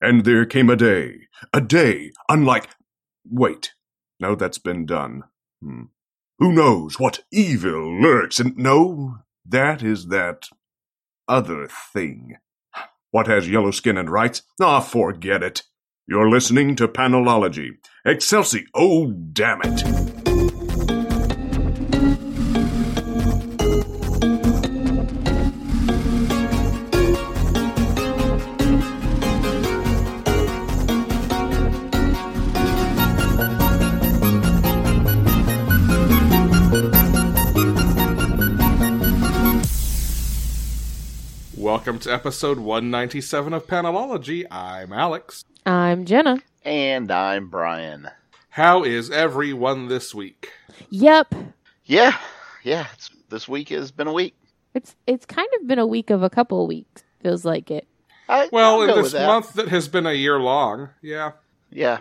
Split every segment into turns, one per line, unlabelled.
And there came a day, a day unlike. Wait, no, that's been done. Hmm. Who knows what evil lurks in. No, that is that other thing. What has yellow skin and rights? Ah, forget it. You're listening to Panelology. Excelsi, oh, damn it.
Welcome to episode 197 of Panelology. I'm Alex.
I'm Jenna.
And I'm Brian.
How is everyone this week?
Yep.
Yeah, yeah. It's, this week has been a week.
It's it's kind of been a week of a couple weeks. Feels like it.
I,
Well,
I'll
in
go
this
with that.
month that has been a year long. Yeah.
Yeah,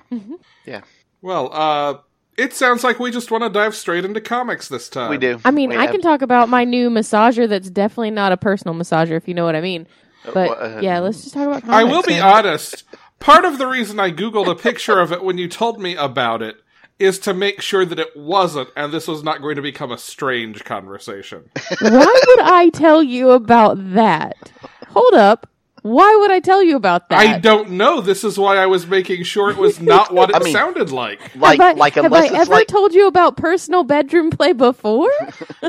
Well, uh, it sounds like we just want to dive straight into comics this time.
we do.
I mean,
We
I
have-
can talk about my new massager that's definitely not a personal massager if you know what I mean. But
uh,
yeah, let's just talk about comics.
I will be
man.
honest. Part of the reason I Googled a picture of it when you told me about it is to make sure that it wasn't, and this was not going to become a strange conversation.
Why would I tell you about that? Hold up. Why would I tell you about that?
I don't know. This is why I was making sure it was not what it
I mean-
sounded like.
Like,
have I,
like
have
unless
I
it's
ever
like
told you about personal bedroom play before?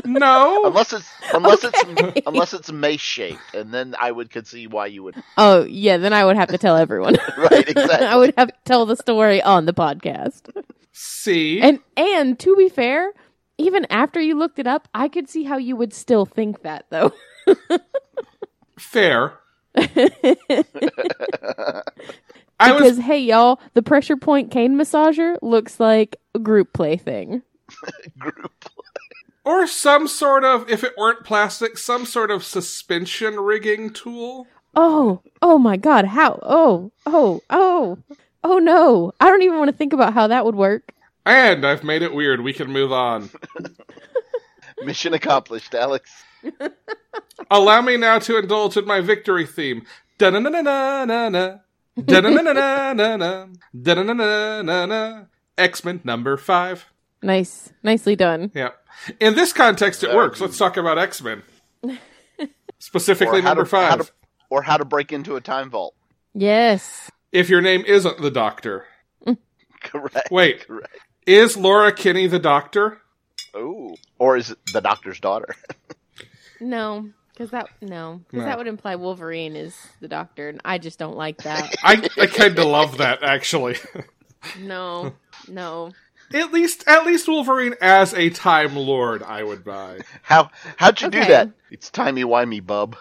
No.
unless it's unless it's unless it's mace shaped, and then I would could see why you would.
oh yeah, then I would have to tell everyone.
Right, exactly.
I would have to tell the story on the podcast.
See?
And and to be fair, even after you looked it up, I could see how you would still think that though.
Fair. I was
because hey y'all, the pressure point cane massager looks like a group play thing.
group.
Or some sort of, if it weren't plastic, some sort of suspension rigging tool.
Oh, oh my god, how oh, oh, oh. Oh no. I don't even want to think about how that would work.
And I've made it weird. We can move on.
Mission accomplished, Alex.
Allow me now to indulge in my victory theme. Da-na-na-na-na-na. Da-na-na-na-na-na. Da-na-na-na-na. X-Men number five.
Nice. Nicely done.
Yeah. In this context, it
That
works.
would-
Let's talk about X-Men.
Or
Specifically
how
number
to- how
five.
to- or how to break into a time vault.
Yes.
If your name isn't the Doctor.
Correct.
Wait,
Correct.
is Laura Kinney the Doctor?
Ooh. Or is it the doctor's daughter?
No. Because that no, because
No.
that would imply Wolverine is the doctor, and I just don't like that.
I, I kind of love that, actually.
no, no.
At least, at least Wolverine as a Time Lord, I would buy.
How how'd you do
Okay.
that? It's timey wimey, bub.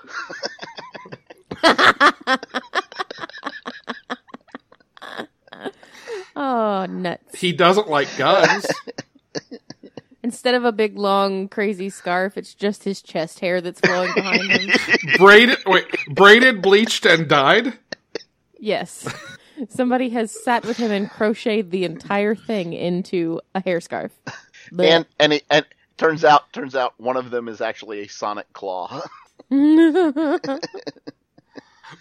Oh nuts!
He doesn't like guns.
Instead of a big long crazy scarf, it's just his chest hair that's flowing behind him.
braided, wait, braided, bleached, and dyed.
Yes, somebody has sat with him and crocheted the entire thing into a hair scarf.
And and it, and turns out turns out one of them is actually a sonic claw.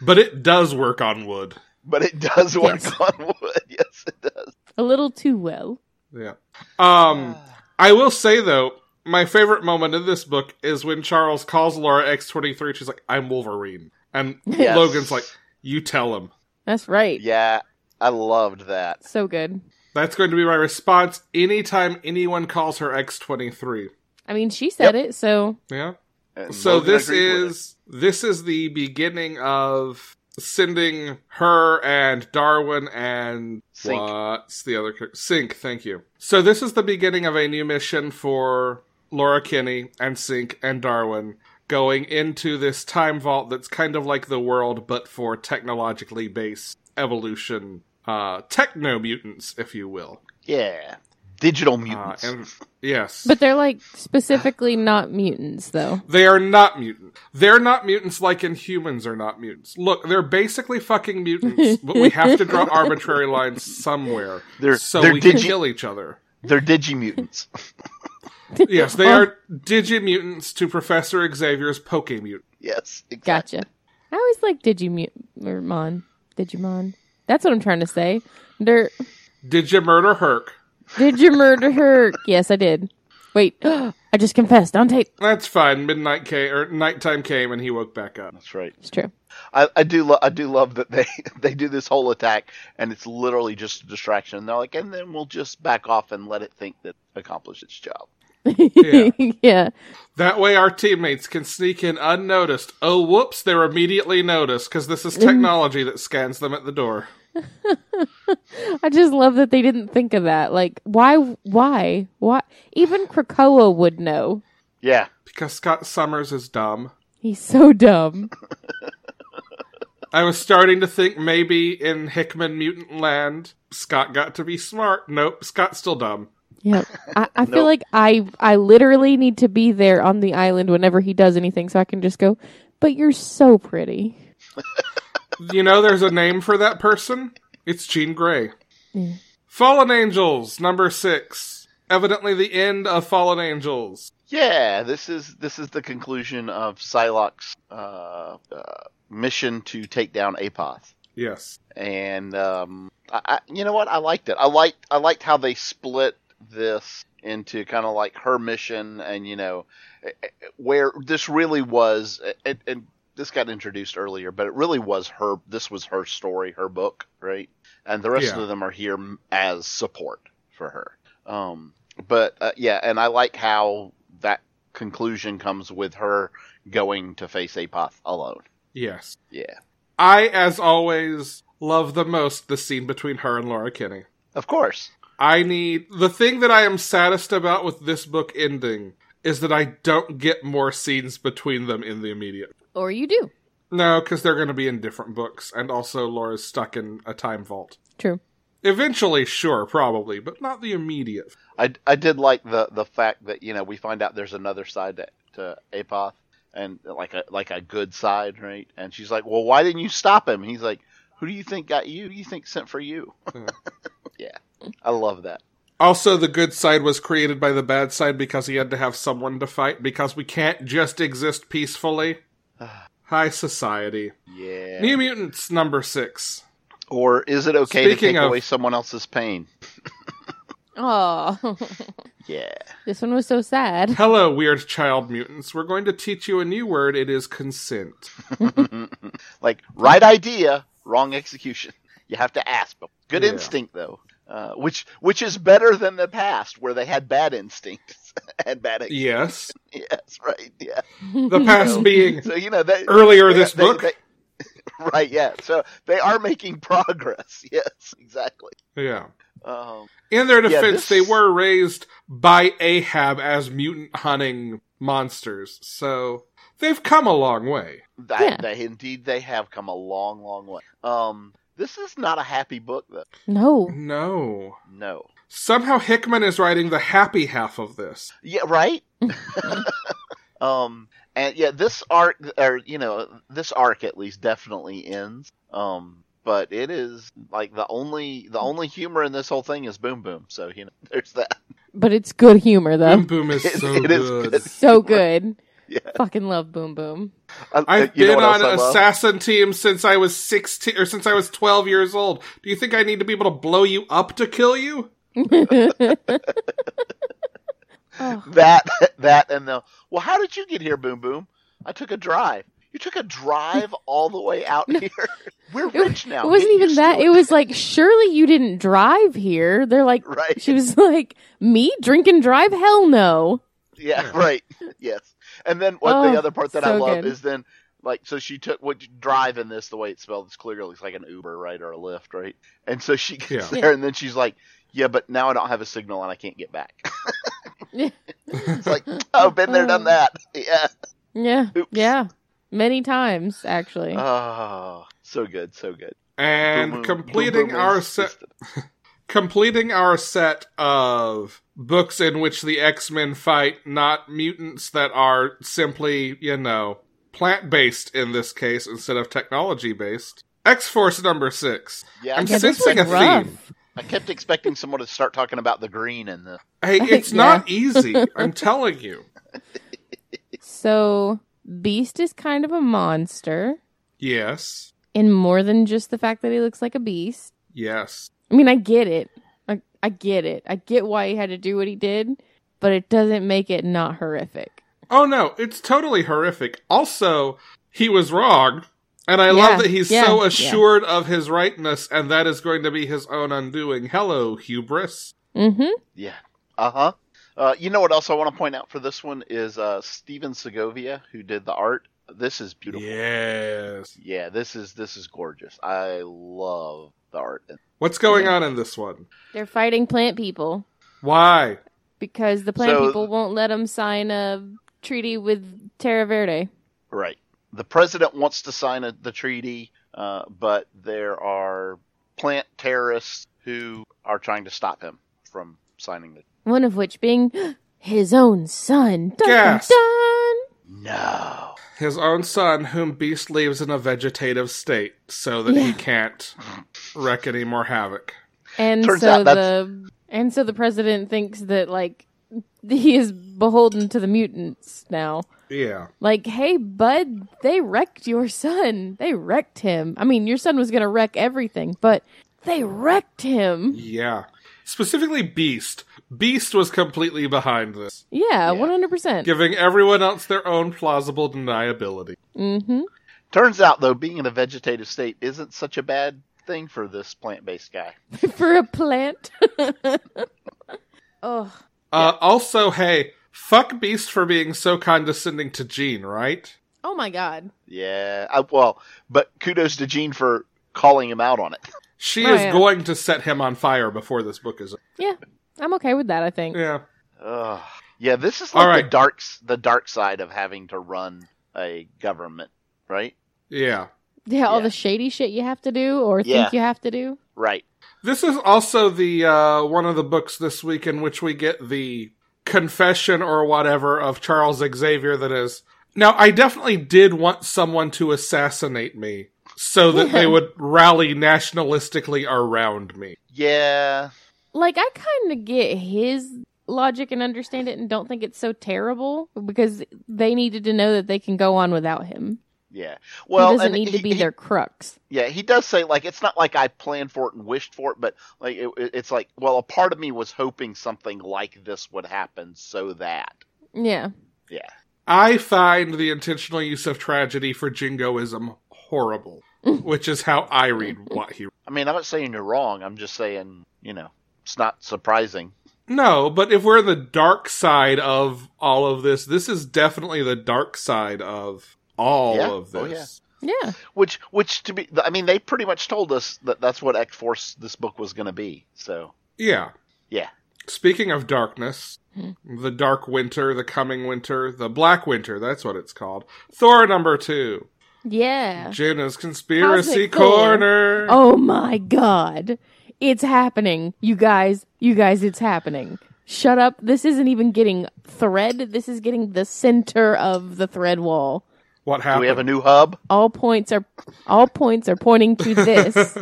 But it does work on wood.
But it does work
Yes.
on wood. Yes, it does.
a little too well.
Yeah. Um, I will say though, my favorite moment in this book is when Charles calls Laura X twenty three. She's like, "I'm Wolverine," and
Yes.
Logan's like, "You tell him."
That's right.
Yeah, I loved that.
So good.
That's going to be my response anytime anyone calls her X twenty three.
I mean, she said it, so
Yeah.
And
so
Logan
this
agreed with
is this is the beginning of sending her and Darwin and
it. Sync.
what's the other co- Sync? Thank you. So this is the beginning of a new mission for Laura Kinney and Sync and Darwin going into this time vault that's kind of like the world but for technologically based evolution uh techno mutants if you will
Yeah, digital
uh,
mutants.
and yes
but they're like specifically not mutants though.
They are not mutant. They're not mutants like inhumans are not mutants. Look, they're basically fucking mutants, but we have to draw arbitrary lines somewhere
They're-
so
they're
we can
digi-
kill each other.
They're digi mutants.
Yes, they are digimutants to Professor Xavier's Pokemutant.
yes, exactly.
Gotcha. I always like Digimon. Digimon. That's what I'm trying to say. Der-
Did you murder Herc?
did you murder her? Yes, I did. Wait, I just confessed on tape.
That's fine. Midnight came or nighttime came and he woke back up.
That's right.
It's true.
I, I do lo- I do love that they they do this whole attack and it's literally just a distraction. And they're like, and then we'll just back off and let it think that it accomplished its job.
Yeah.
yeah.
That way our teammates can sneak in unnoticed. Oh whoops, they're immediately noticed because this is technology that scans them at the door.
I just love that they didn't think of that. Like, why? Why? Why? Even Krakoa would know.
Yeah,
Because Scott Summers is dumb.
He's so dumb.
I was starting to think maybe in Hickman Mutant Land, Scott got to be smart. Nope, Scott's still dumb.
Yeah, I, I feel
Nope.
like I I literally need to be there on the island whenever he does anything, so I can just go. But you're so pretty.
You know there's a name for that person? It's Jean Grey.
Yeah.
Fallen Angels, number six. Evidently the end of Fallen Angels.
yeah. This is this is the conclusion of Psylocke's uh, uh, mission to take down Apoth.
Yes.
and um, I, I, you know what? I liked it. I liked I liked how they split this into kind of like her mission and you know eh, eh, where this really was. eh, And, and this got introduced earlier, but it really was her. This was her story, her book, right? And the rest
Yeah.
of them are here m- as support for her. Um, but uh, yeah, and I like how that conclusion comes with her going to face Apoth alone.
Yes.
Yeah,
I, as always, love the most the scene between her and Laura Kinney.
of course.
I need the thing that I am saddest about with this book ending is that I don't get more scenes between them in the immediate.
Or you do.
No, because they're going to be in different books, and also Laura's stuck in a time vault.
True.
Eventually, sure, probably, but not the immediate.
I, I did like the the fact that you know we find out there's another side to, to Apoth and like a like a good side, right? And she's like, "Well, why didn't you stop him?" He's like, "Who do you think got you? Who do you think sent for you?"
Yeah.
yeah, I love that.
Also, the good side was created by the bad side because he had to have someone to fight because we can't just exist peacefully. High society.
Yeah.
New Mutants number six.
Or is it okay to
Speaking
take
of-
away someone else's pain?
Oh,
Yeah.
this one was so sad.
Hello, weird child mutants. We're going to teach you a new word. It is consent.
like right idea, wrong execution. You have to ask them. Good
Yeah.
instinct though, uh, which which is better than the past where they had bad instincts and bad. Ex-
Yes.
Yes, right. Yeah.
The past being
So you know that
earlier
Yeah,
this
they-
book.
they- right, yeah. So they are making progress. Yes, exactly.
yeah.
Um,
In their defense,
this-
they were raised by Ahab as mutant hunting monsters. So they've come a long way.
that,
Yeah.
they, indeed, they have come a long, long way. Um, this is not a happy book, though.
No.
No.
No.
Somehow Hickman is writing the happy half of this.
Yeah, right. um, and yeah, this arc, or you know, this arc at least definitely ends. Um, but it is like the only the only humor in this whole thing is Boom Boom. So you know, there's that.
But it's good humor
Boom
though.
Boom is
It-
so
it is
good.
good.
so good.
Yeah.
Fucking love Boom Boom.
I've
you know
been
what else
on
I
an
love?
assassin team since I was 16 or since I was 12 years old. Do you think I need to be able to blow you up to kill you?
Oh,
that that and the well how did you get here boom boom i took a drive you took a drive all the way out here we're rich now
it wasn't
Get
even
used
that.
to
It was like, surely you didn't drive here. They're like,
right
she was like, me drink and drive? Hell no.
yeah right yes and then what
Oh,
the other part that i
so
love
good.
is then like so she took what drive in this the way it's spelled is clearly it's like an uber right or a lyft right and so she gets
Yeah.
there and then she's like yeah but now i don't have a signal and i can't get back it's like oh been there done that yeah
Yeah.
Oops.
Yeah. Many times, actually.
oh so good so good
and
Boom Boom- Boom
completing
Boom
our
is
set
just a-
completing our set of books in which the X-Men fight not mutants that are simply, you know, plant-based in this case instead of technology-based. X-Force number 6.
yeah
I'm
yeah, this
sensing
was
a
rough.
theme.
I kept expecting someone to start talking about the green and the
Hey, it's
Yeah.
not easy. I'm telling you.
So, Beast is kind of a monster.
Yes.
in more than just the fact that he looks like a beast.
Yes.
I mean, I get it. I, I get it. I get why he had to do what he did, but it doesn't make it not horrific.
Oh no, it's totally horrific. Also, he was wrong, and I
Yeah,
love that he's
yeah,
so
yeah.
assured of his rightness, and that is going to be his own undoing. Hello, hubris.
Mm-hmm.
Yeah. Uh-huh. Uh You know what else I want to point out for this one is uh Steven Segovia, who did the art. This is beautiful.
Yes.
Yeah, this is this is gorgeous. I love the art. And
What's going on in this one?
They're fighting plant people
Why?
because the plant
So-
people won't let them sign a treaty with Terra Verde.
Right. The president wants to sign a, the treaty, uh, but there are plant terrorists who are trying to stop him from signing the.
One of which being his own son. Dun, dun,
Gasp.
dun.
No.
His own son, whom Beast leaves in a vegetative state so that he
Yeah.
can't wreak any more havoc.
And
Turns
so
out that's-
the and so the president thinks that like he is beholden to the mutants now.
Yeah.
Like, hey, bud, they wrecked your son. They wrecked him. I mean, your son was going to wreck everything, but they wrecked him.
Yeah. Specifically, Beast. Beast was completely behind this,
Yeah,
Yeah.
100%.
giving everyone else their own plausible deniability.
Mm-hmm.
Turns out, though, being in a vegetative state isn't such a bad thing for this plant-based guy.
For a plant. oh,
Uh, also, hey, fuck Beast for being so condescending to Jean, right?
oh my God.
Yeah. I, well, but kudos to Gene for calling him out on it.
She
Oh,
is
yeah.
going to set him on fire before this book is.
I'm okay with that, I think.
Yeah,
Ugh. Yeah, this is
All
like
right.
the dark s- the dark side of having to run a government, right?
yeah.
Yeah, all
Yeah.
the shady shit you have to do or
Yeah.
think you have to do.
Right.
This is also the uh, one of the books this week in which we get the confession or whatever of Charles Xavier. That is now. I definitely did want someone to assassinate me so that they
Yeah.
would rally nationalistically around me.
Yeah.
Like, I kind of get his logic and understand it and don't think it's so terrible because they needed to know that they can go on without him.
Yeah. Well,
he doesn't
and
need to
he-
be
he-
their crux.
Yeah, he does say like it's not like I planned for it and wished for it, but like it, it- it's like well, a part of me was hoping something like this would happen so that
Yeah.
I find the intentional use of tragedy for jingoism horrible,
Mm.
which is how I read
Mm-hmm.
what he
I mean, I'm not saying you're wrong. I'm just saying, you know, it's not surprising.
No, but if we're in the dark side of all of this, this is definitely the dark side of all
Yeah.
of this.
Oh,
Yeah.
Which, which to be, I mean, they pretty much told us that that's what X Force this book was going to be. So
Yeah.
Yeah.
Speaking of darkness,
Hmm.
the dark winter, the coming winter, the black winter, that's what it's called. Thor number two.
Yeah.
Jenna's Conspiracy
Cosmic Thor.
Corner.
Oh my god. It's happening. You guys, you guys, it's happening. Shut up. This isn't even getting thread. This is getting the center of the thread wall.
What
do
happened?
we have a new hub?
All points are all points are pointing to this.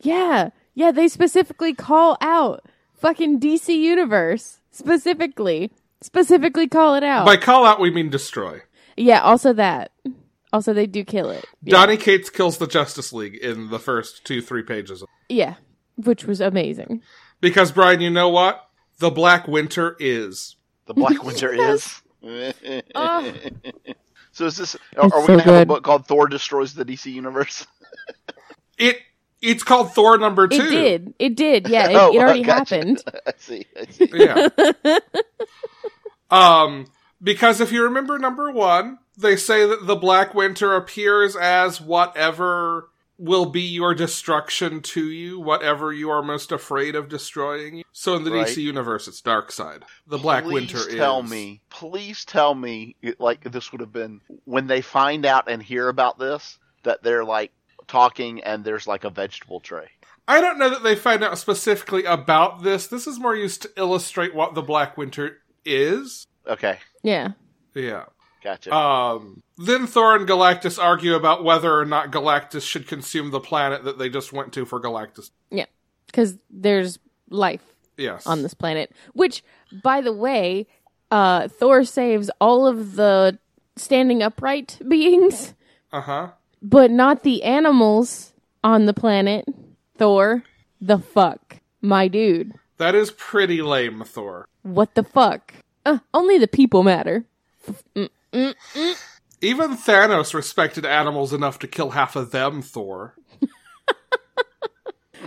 yeah. Yeah, they specifically call out fucking DC Universe. Specifically. Specifically call it out.
By call out, we mean destroy.
yeah, also that. Also they do kill it. Yeah.
Donny Cates kills the Justice League in the first two, three pages.
yeah. Which was amazing.
Because, Brian, you know what? The Black Winter is.
The Black Winter
Yes.
is.
Oh.
So is this? Are,
It's
are
so
we going to have a
good.
book called Thor destroys the DC universe?
It it's called Thor number two.
It did. It did. Yeah, it,
Oh,
it already
gotcha.
happened.
I see. I see.
Yeah. um because if you remember number 1, they say that the Black Winter appears as whatever will be your destruction to you, whatever you are most afraid of destroying. So in the
Right.
DC universe it's dark side. The Black
please
Winter is
tell me, please tell me, it- like this would have been when they find out and hear about this that they're like talking and there's like a vegetable tray.
I don't know that they find out specifically about this. This is more used to illustrate what the Black Winter is.
Okay,
Yeah.
Yeah.
gotcha.
Um, then Thor and Galactus argue about whether or not Galactus should consume the planet that they just went to for Galactus.
because there's life
Yes.
on this planet. Which, by the way, uh, Thor saves all of the standing upright beings
Uh huh.
but not the animals on the planet. Thor, the fuck, my dude.
That is pretty lame, Thor.
What the fuck? Uh, only the people matter.
Even Thanos respected animals enough to kill half of them, Thor.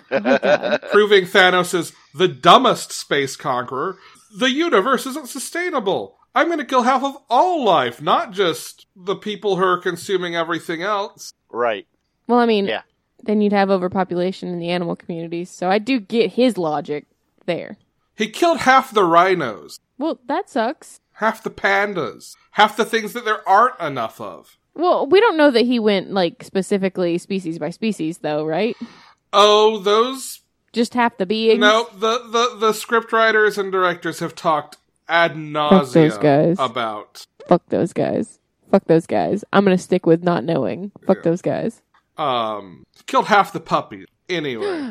Uh,
Proving Thanos is the dumbest space conqueror. The universe isn't sustainable. I'm going to kill half of all life, not just the people who are consuming everything else.
Right.
Well, I mean,
Yeah.
then you'd have overpopulation in the animal communities. So I do get his logic there.
He killed half the rhinos,
Well, that sucks.
half the pandas, half the things that there aren't enough of.
Well, we don't know that he went like specifically species by species, though, right?
Oh, those
Just half the beings.
No, the the the script writers and directors have talked ad
those guys.
nauseum about
Fuck those guys. Fuck those guys. I'm gonna stick with not knowing. Fuck those guys.
um killed half the puppies. Anyway,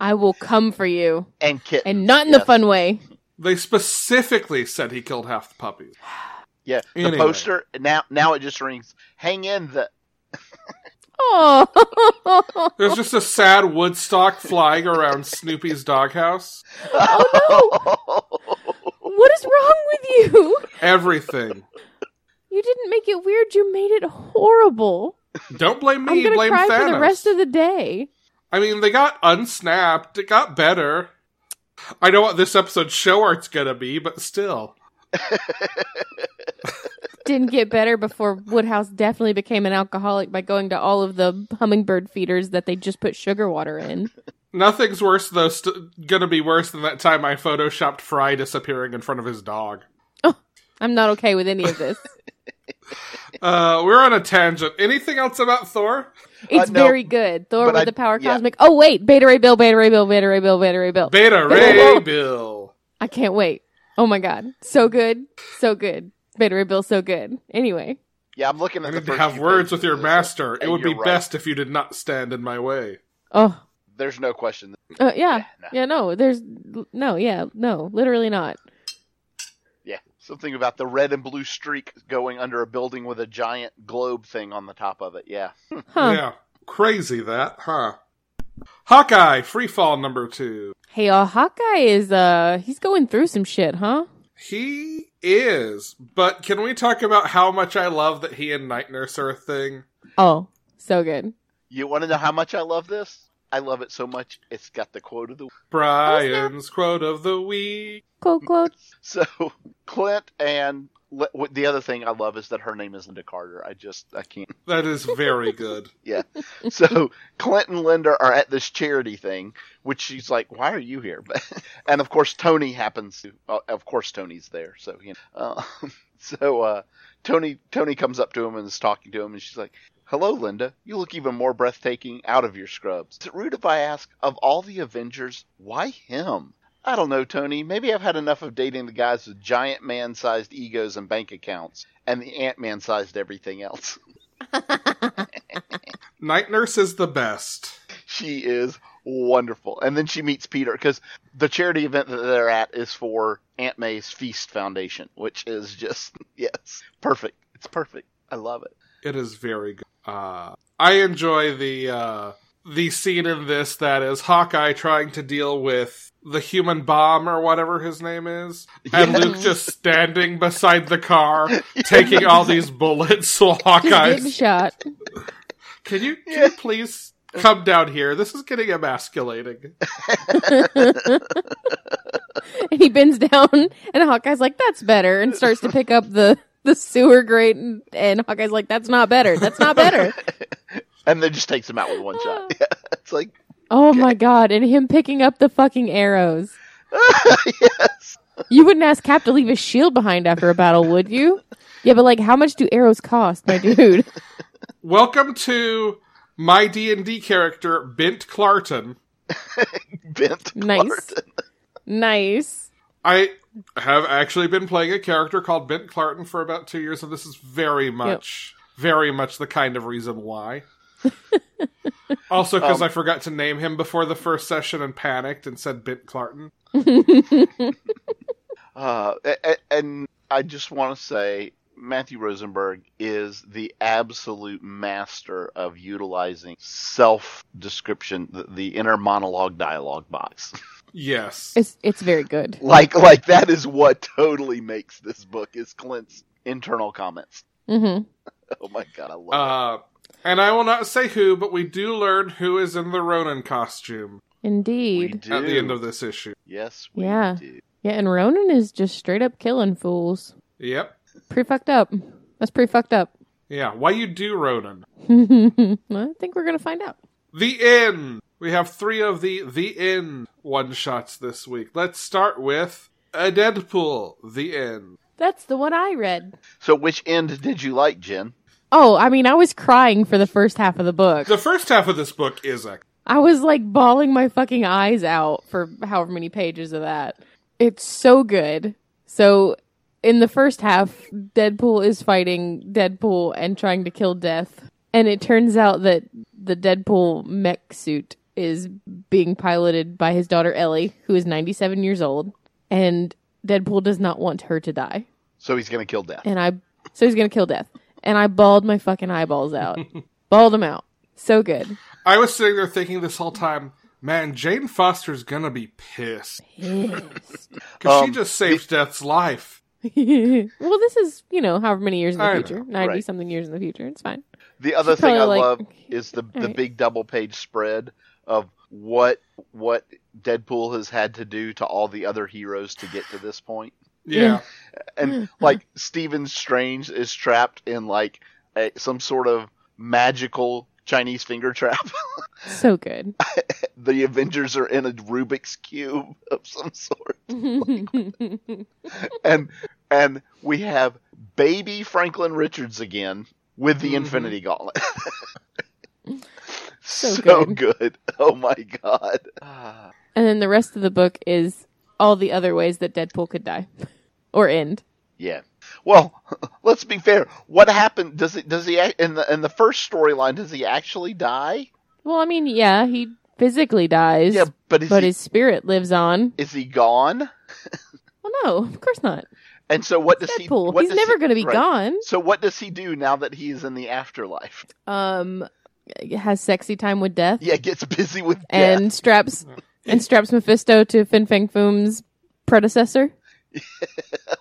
I will come for you,
And kittens.
and not in the
yes.
fun way.
they specifically said he killed half the puppies.
Yeah. The
Anyway.
poster now now it just rings. Hang in the
Oh,
There's just a sad Woodstock flying around Snoopy's doghouse.
Oh, what is wrong with you?
Everything.
You didn't make it weird. You made it horrible.
Don't blame
I'm
me.
gonna
Blame
cry
Thanos.
for the rest of the day.
I mean, they got unsnapped. It got better. I know what this episode's show art's gonna be, but still.
Didn't get better before Woodhouse definitely became an alcoholic by going to all of the hummingbird feeders that they just put sugar water in.
Nothing's worse though. St- gonna be worse than that time I photoshopped Fry disappearing in front of his dog.
I'm not okay with any of this.
Uh, we're on a tangent. Anything else about Thor?
It's
Uh, no,
very good. Thor
but
with
I-
the power
yeah.
cosmic. Oh wait, Beta Ray Bill, Beta Ray Bill, Beta Ray Bill, Beta Ray Bill.
Beta Ray Bill.
I can't wait. Oh my god, so good, so good. Beta Ray Bill, so good. Anyway,
Yeah, I'm looking
I
at the
need to
first
have
few
words
pages
with
of
your
this.
master.
Hey,
It would be
you're right.
best if you did not stand in my way.
oh
There's no question.
uh, yeah,
no.
yeah. No, there's no, yeah, no, literally not.
Yeah. Something about the red and blue streak going under a building with a giant globe thing on the top of it. Yeah.
Huh?
Yeah, crazy that, huh? Hawkeye, freefall number two.
Hey, uh, Hawkeye is uh, he's going through some shit, huh?
He is, but can we talk about how much I love that he and Night Nurse are a thing?
Oh, so good.
You want to know how much I love this? I love it so much. It's got the quote of the
Brian's quote of the week.
Quote, quote.
So Clint and Le- w- the other thing I love is that her name is Linda Carter. I just I can't.
That is very good.
Yeah. So Clint and Linda are at this charity thing, which she's like, "Why are you here?" But and of course Tony happens. To, uh, of course Tony's there. So you know. Uh, so uh, Tony Tony comes up to him and is talking to him, and she's like. Hello, Linda. You look even more breathtaking out of your scrubs. Is it rude if I ask, of all the Avengers, why him? I don't know, Tony. Maybe I've had enough of dating the guys with giant man sized egos and bank accounts, and the Ant Man sized everything else.
Night Nurse is the best.
she is wonderful. And then she meets Peter because the charity event that they're at is for Aunt May's Feast Foundation, which is just yes, perfect. It's perfect. I love it.
It is very good. Uh, I enjoy the uh, the scene in this that is Hawkeye trying to deal with the human bomb or whatever his name is, and
Yeah.
Luke just standing beside the car taking all these bullets while
Just getting
Hawkeye's.
shot.
Can you can you please come down here? This is getting emasculating.
And he bends down, and Hawkeye's like, "That's better," and starts to pick up the the sewer grate, and, and Hawkeye's like, "That's not better. That's not better."
And then just takes him out with one shot. Yeah, it's like
oh my god! And him picking up the fucking arrows.
yes,
You wouldn't ask Cap to leave his shield behind after a battle, would you? Yeah, but like, how much do arrows cost, my dude?
Welcome to my D and D character Bent Clarton.
bent.
Nice.
Clark.
nice.
I have actually been playing a character called Bent Clarton for about two years, and this is very much, very much the kind of reason why. also, because
Um,
I forgot to name him before the first session and panicked and said Bent Clarton.
Uh, a- a- and I just want to say Matthew Rosenberg is the absolute master of utilizing self description, the, the inner monologue dialogue box.
Yes.
It's it's very good.
like, like that is what totally makes this book is Clint's internal comments.
hmm
Oh my god, I love
Uh, and I will not say who, but we do learn who is in the Ronin costume
it. We
Indeed.
do.
at the end of this issue.
yes, we
Yeah.
do.
Yeah, and Ronan is just straight up killing fools.
Yep.
Pretty fucked up. That's pretty fucked up.
Yeah. Why you do Ronin?
Well, I think we're gonna find out.
The Inn. We have three of the The Inn one shots this week. Let's start with a Deadpool. The Inn.
That's the one I read.
So, which end did you like, Jen?
Oh, I mean, I was crying for the first half of the book.
The first half of this book is a
I was like bawling my fucking eyes out for however many pages of that. It's so good. So, in the first half, Deadpool is fighting Deadpool and trying to kill Death. And it turns out that the Deadpool mech suit is being piloted by his daughter Ellie, who is 97 years old. And Deadpool does not want her to die
So he's gonna kill death.
and I so he's gonna kill death. And I bawled my fucking eyeballs out, bawled them out. So good,
I was sitting there thinking this whole time, man, Jane Foster's gonna be pissed because she
Um,
just saved Death's life.
well, this is you know however many years in the
I know,
future, ninety
right.
something years in the future. It's fine.
The other
She's
thing I
probably like,
love is the the
alright.
big double page spread of what what Deadpool has had to do to all the other heroes to get to this point.
Yeah,
And
Mm-hmm.
like Stephen Strange is trapped in like a, some sort of magical Chinese finger trap.
So good.
the Avengers are in a Rubik's cube of some sort. And and we have baby Franklin Richards again with the
Mm-hmm.
Mhm.
Infinity Gauntlet.
So
good. Oh my god. Ah.
and then the rest of the book is all the other ways that Deadpool could die or end.
Yeah. Well, let's be fair. What happened? Does it? Does he act, in the in the first storyline? Does he actually die?
Well, I mean, yeah, he physically dies,
Yeah, but is
but
he,
his spirit lives on.
is he gone?
Well, no, of course not.
And so what does he?
Deadpool.
What
He's
does
never
he-
going to be
right.
gone.
So what does he do now that he is in the afterlife?
Um, has sexy time with death.
Yeah, gets busy with
and
death.
straps and straps Mephisto to Fin Fang Foom's predecessor.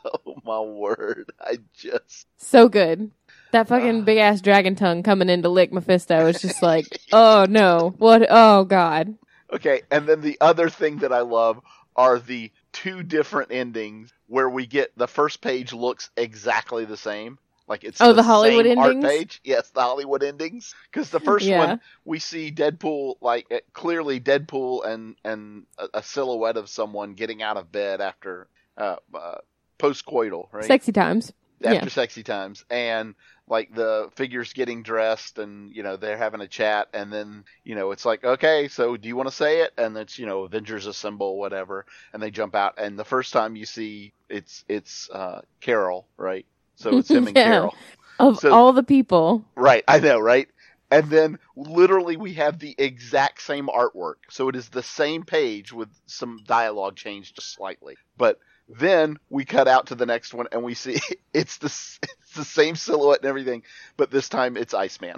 Oh my word! I just
So good. That fucking big ass dragon tongue coming in to lick Mephisto is just like, oh no, what? Oh god,
okay. And then the other thing that I love are the two different endings where we get the first page looks exactly the same. Like it's
Oh, the Hollywood
same
endings?
art page. Yes, the Hollywood endings. Because the first
Yeah.
one we see Deadpool like uh, clearly Deadpool and and a, a silhouette of someone getting out of bed after uh, uh, postcoital, right?
sexy times.
after
Yeah.
sexy times and like the figures getting dressed and you know they're having a chat and then you know it's like okay so do you want to say it and it's you know avengers assemble whatever and they jump out and the first time you see it's it's uh carol right so it's him and
Yeah.
carol
Of
So-
all the people,
right i know right and then literally we have the exact same artwork so it is the same page with some dialogue changed just slightly but then we cut out to the next one and we see it's the s- it's the same silhouette and everything but this time it's iceman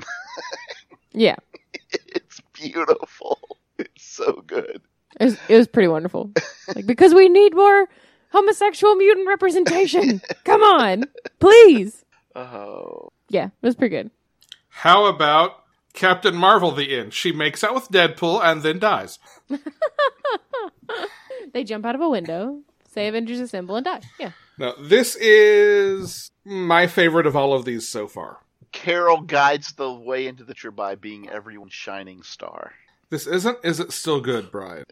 yeah,
it's beautiful it's so good
it was, it was pretty wonderful. Like because we need more homosexual mutant representation. Come on, please.
oh
Yeah, it was pretty good.
How about Captain Marvel the Inn? She makes out with Deadpool and then dies.
They jump out of a window, say Avengers Assemble, and die. Yeah.
Now, this is my favorite of all of these so far.
carol guides the way into the tree by being everyone's shining star
This isn't, is it still good, Brian?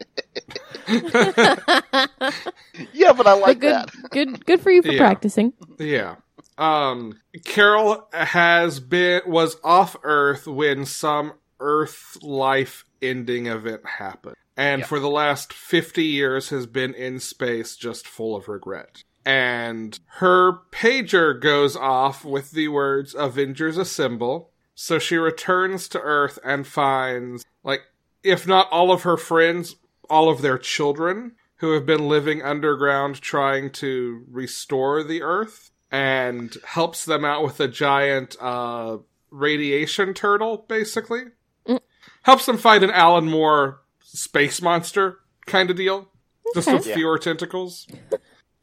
yeah but i like
good,
that
good, good for you for
Yeah.
practicing.
Yeah. Um Carol has been was off Earth when some Earth life ending event happened. And
Yeah.
for the last 50 years has been in space just full of regret. And her pager goes off with the words Avengers Assemble. So she returns to Earth and finds like if not all of her friends, all of their children who have been living underground trying to restore the earth. and helps them out with a giant uh, radiation turtle, basically.
Mm.
Helps them fight an Alan Moore space monster kind of deal, just
Okay.
with
Yeah.
fewer tentacles.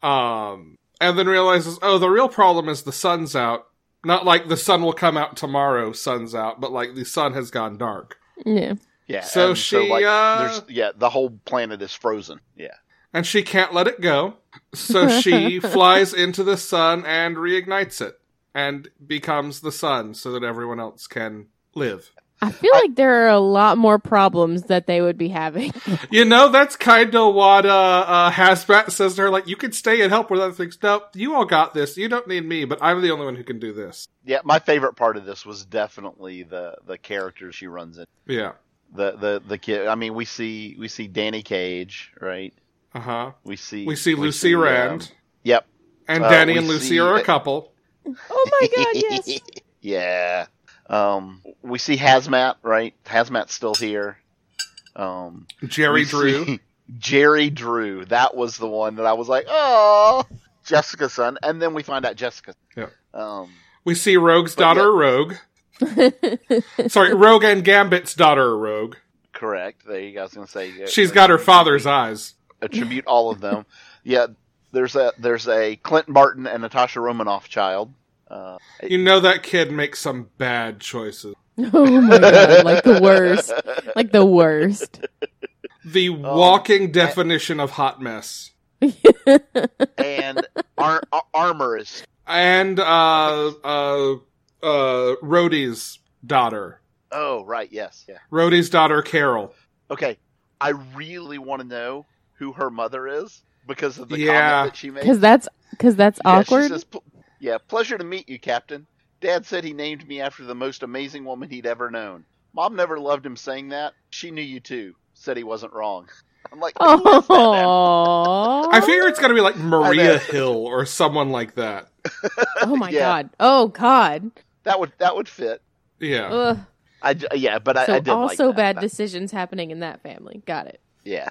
Um, and then realizes, oh, the real problem is the sun's out. Not like the sun will come out tomorrow, sun's out, but like the sun has gone dark.
Yeah.
Yeah.
So
and
she,
like,
uh,
there's, yeah, the whole planet is frozen. Yeah.
and she can't let it go. So she flies into the sun and reignites it and becomes the sun so that everyone else can live.
I feel
I-
like there are a lot more problems that they would be having.
You know, that's kind of what uh, uh, Hasbrat says to her. Like, you can stay and help with other things. Nope, you all got this. You don't need me, but I'm the only one who can do this.
Yeah. My favorite part of this was definitely the the character she runs in.
Yeah.
The the the kid. I mean, we see we see Danny Cage, right?
Uh huh.
We see
We see Lucy
um,
Rand,
yep.
and
uh,
Danny
we
and Lucy
see-
are a couple.
oh my god, yes.
yeah. Um, we see Hazmat, right? Hazmat's still here. Um,
Jerry
we
Drew.
see- Jerry Drew. That was the one that I was like, oh, Jessica's son. And then we find out Jessica.
Yeah.
Um,
We see Rogue's
But
daughter,
yeah.
Rogue. Sorry, Rogue and Gambit's daughter, Rogue.
correct. There you go. I was going to say. uh,
She's got her father's eyes.
Attribute all of them. yeah. There's a there's a Clint Barton and Natasha Romanoff child. Uh,
You know that kid makes some bad choices.
oh my god, like the worst. Like the worst.
The walking definition of hot mess.
and Ar- Ar- Armor is
And uh uh uh Rhodey's daughter.
oh right yes yeah
Rhodey's daughter Carol.
Okay, I really want to know who her mother is because of the
Yeah.
comment that she made.
Cuz that's cuz that's
Yeah, she
awkward.
says, "Pl- yeah, pleasure to meet you, Captain. Dad said he named me after the most amazing woman he'd ever known. Mom never loved him saying that. She knew you too. Said he wasn't wrong. I'm like, who is that now?
Oh.
I figure it's gonna be like Maria
know.
Hill or someone like that.
Oh my
Yeah.
god. Oh god.
that would that would fit.
Yeah.
Ugh.
I j- yeah, but I,
so
I did like
also
that.
bad
That-
decisions happening in that family. Got it.
yeah.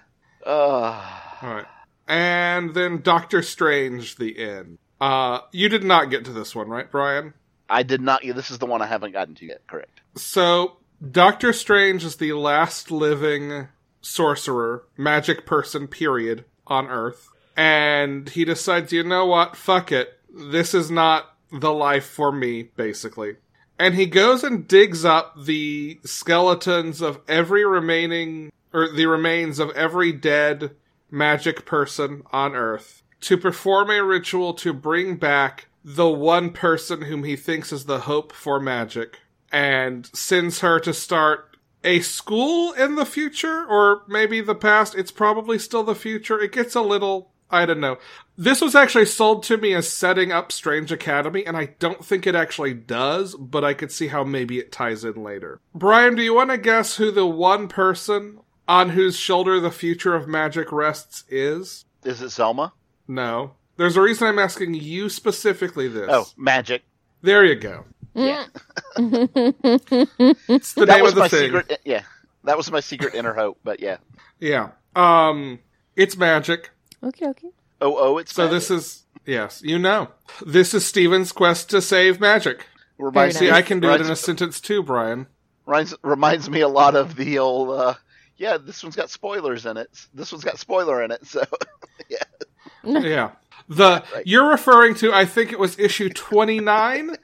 Uh,
Alright. And then Doctor Strange the end. Uh you did not get to this one, right, Brian?
I did not. This is the one I haven't gotten to yet. Correct.
So, Doctor Strange is the last living sorcerer, magic person, period, on Earth. And he decides, you know what? Fuck it. This is not the life for me, basically. And he goes and digs up the skeletons of every remaining, or the remains of every dead magic person on Earth to perform a ritual to bring back the one person whom he thinks is the hope for magic and sends her to start a school in the future or maybe the past. It's probably still the future. It gets a little, I don't know. This was actually sold to me as setting up Strange Academy, and I don't think it actually does, but I could see how maybe it ties in later. Brian, do you want to guess who the one person on whose shoulder the future of magic rests is?
Is it Selma?
No. There's a reason I'm asking you specifically this.
Oh, magic.
There you go.
Yeah.
It's the
that
name
was
of the
my
thing.
secret. eh, Yeah, that was my secret inner hope. But yeah.
Yeah. Um it's magic.
okay, okay.
Oh, oh, it's
So this is yes, you know. This is Steven's quest to save magic.
reminds
Very
See,
me,
nice.
I can do it in a
reminds,
sentence too, Brian.
reminds, reminds me a lot of the old. Uh, yeah, this one's got spoilers in it. This one's got spoiler in it. So
Yeah. The
Right.
you're referring to I think it was issue 29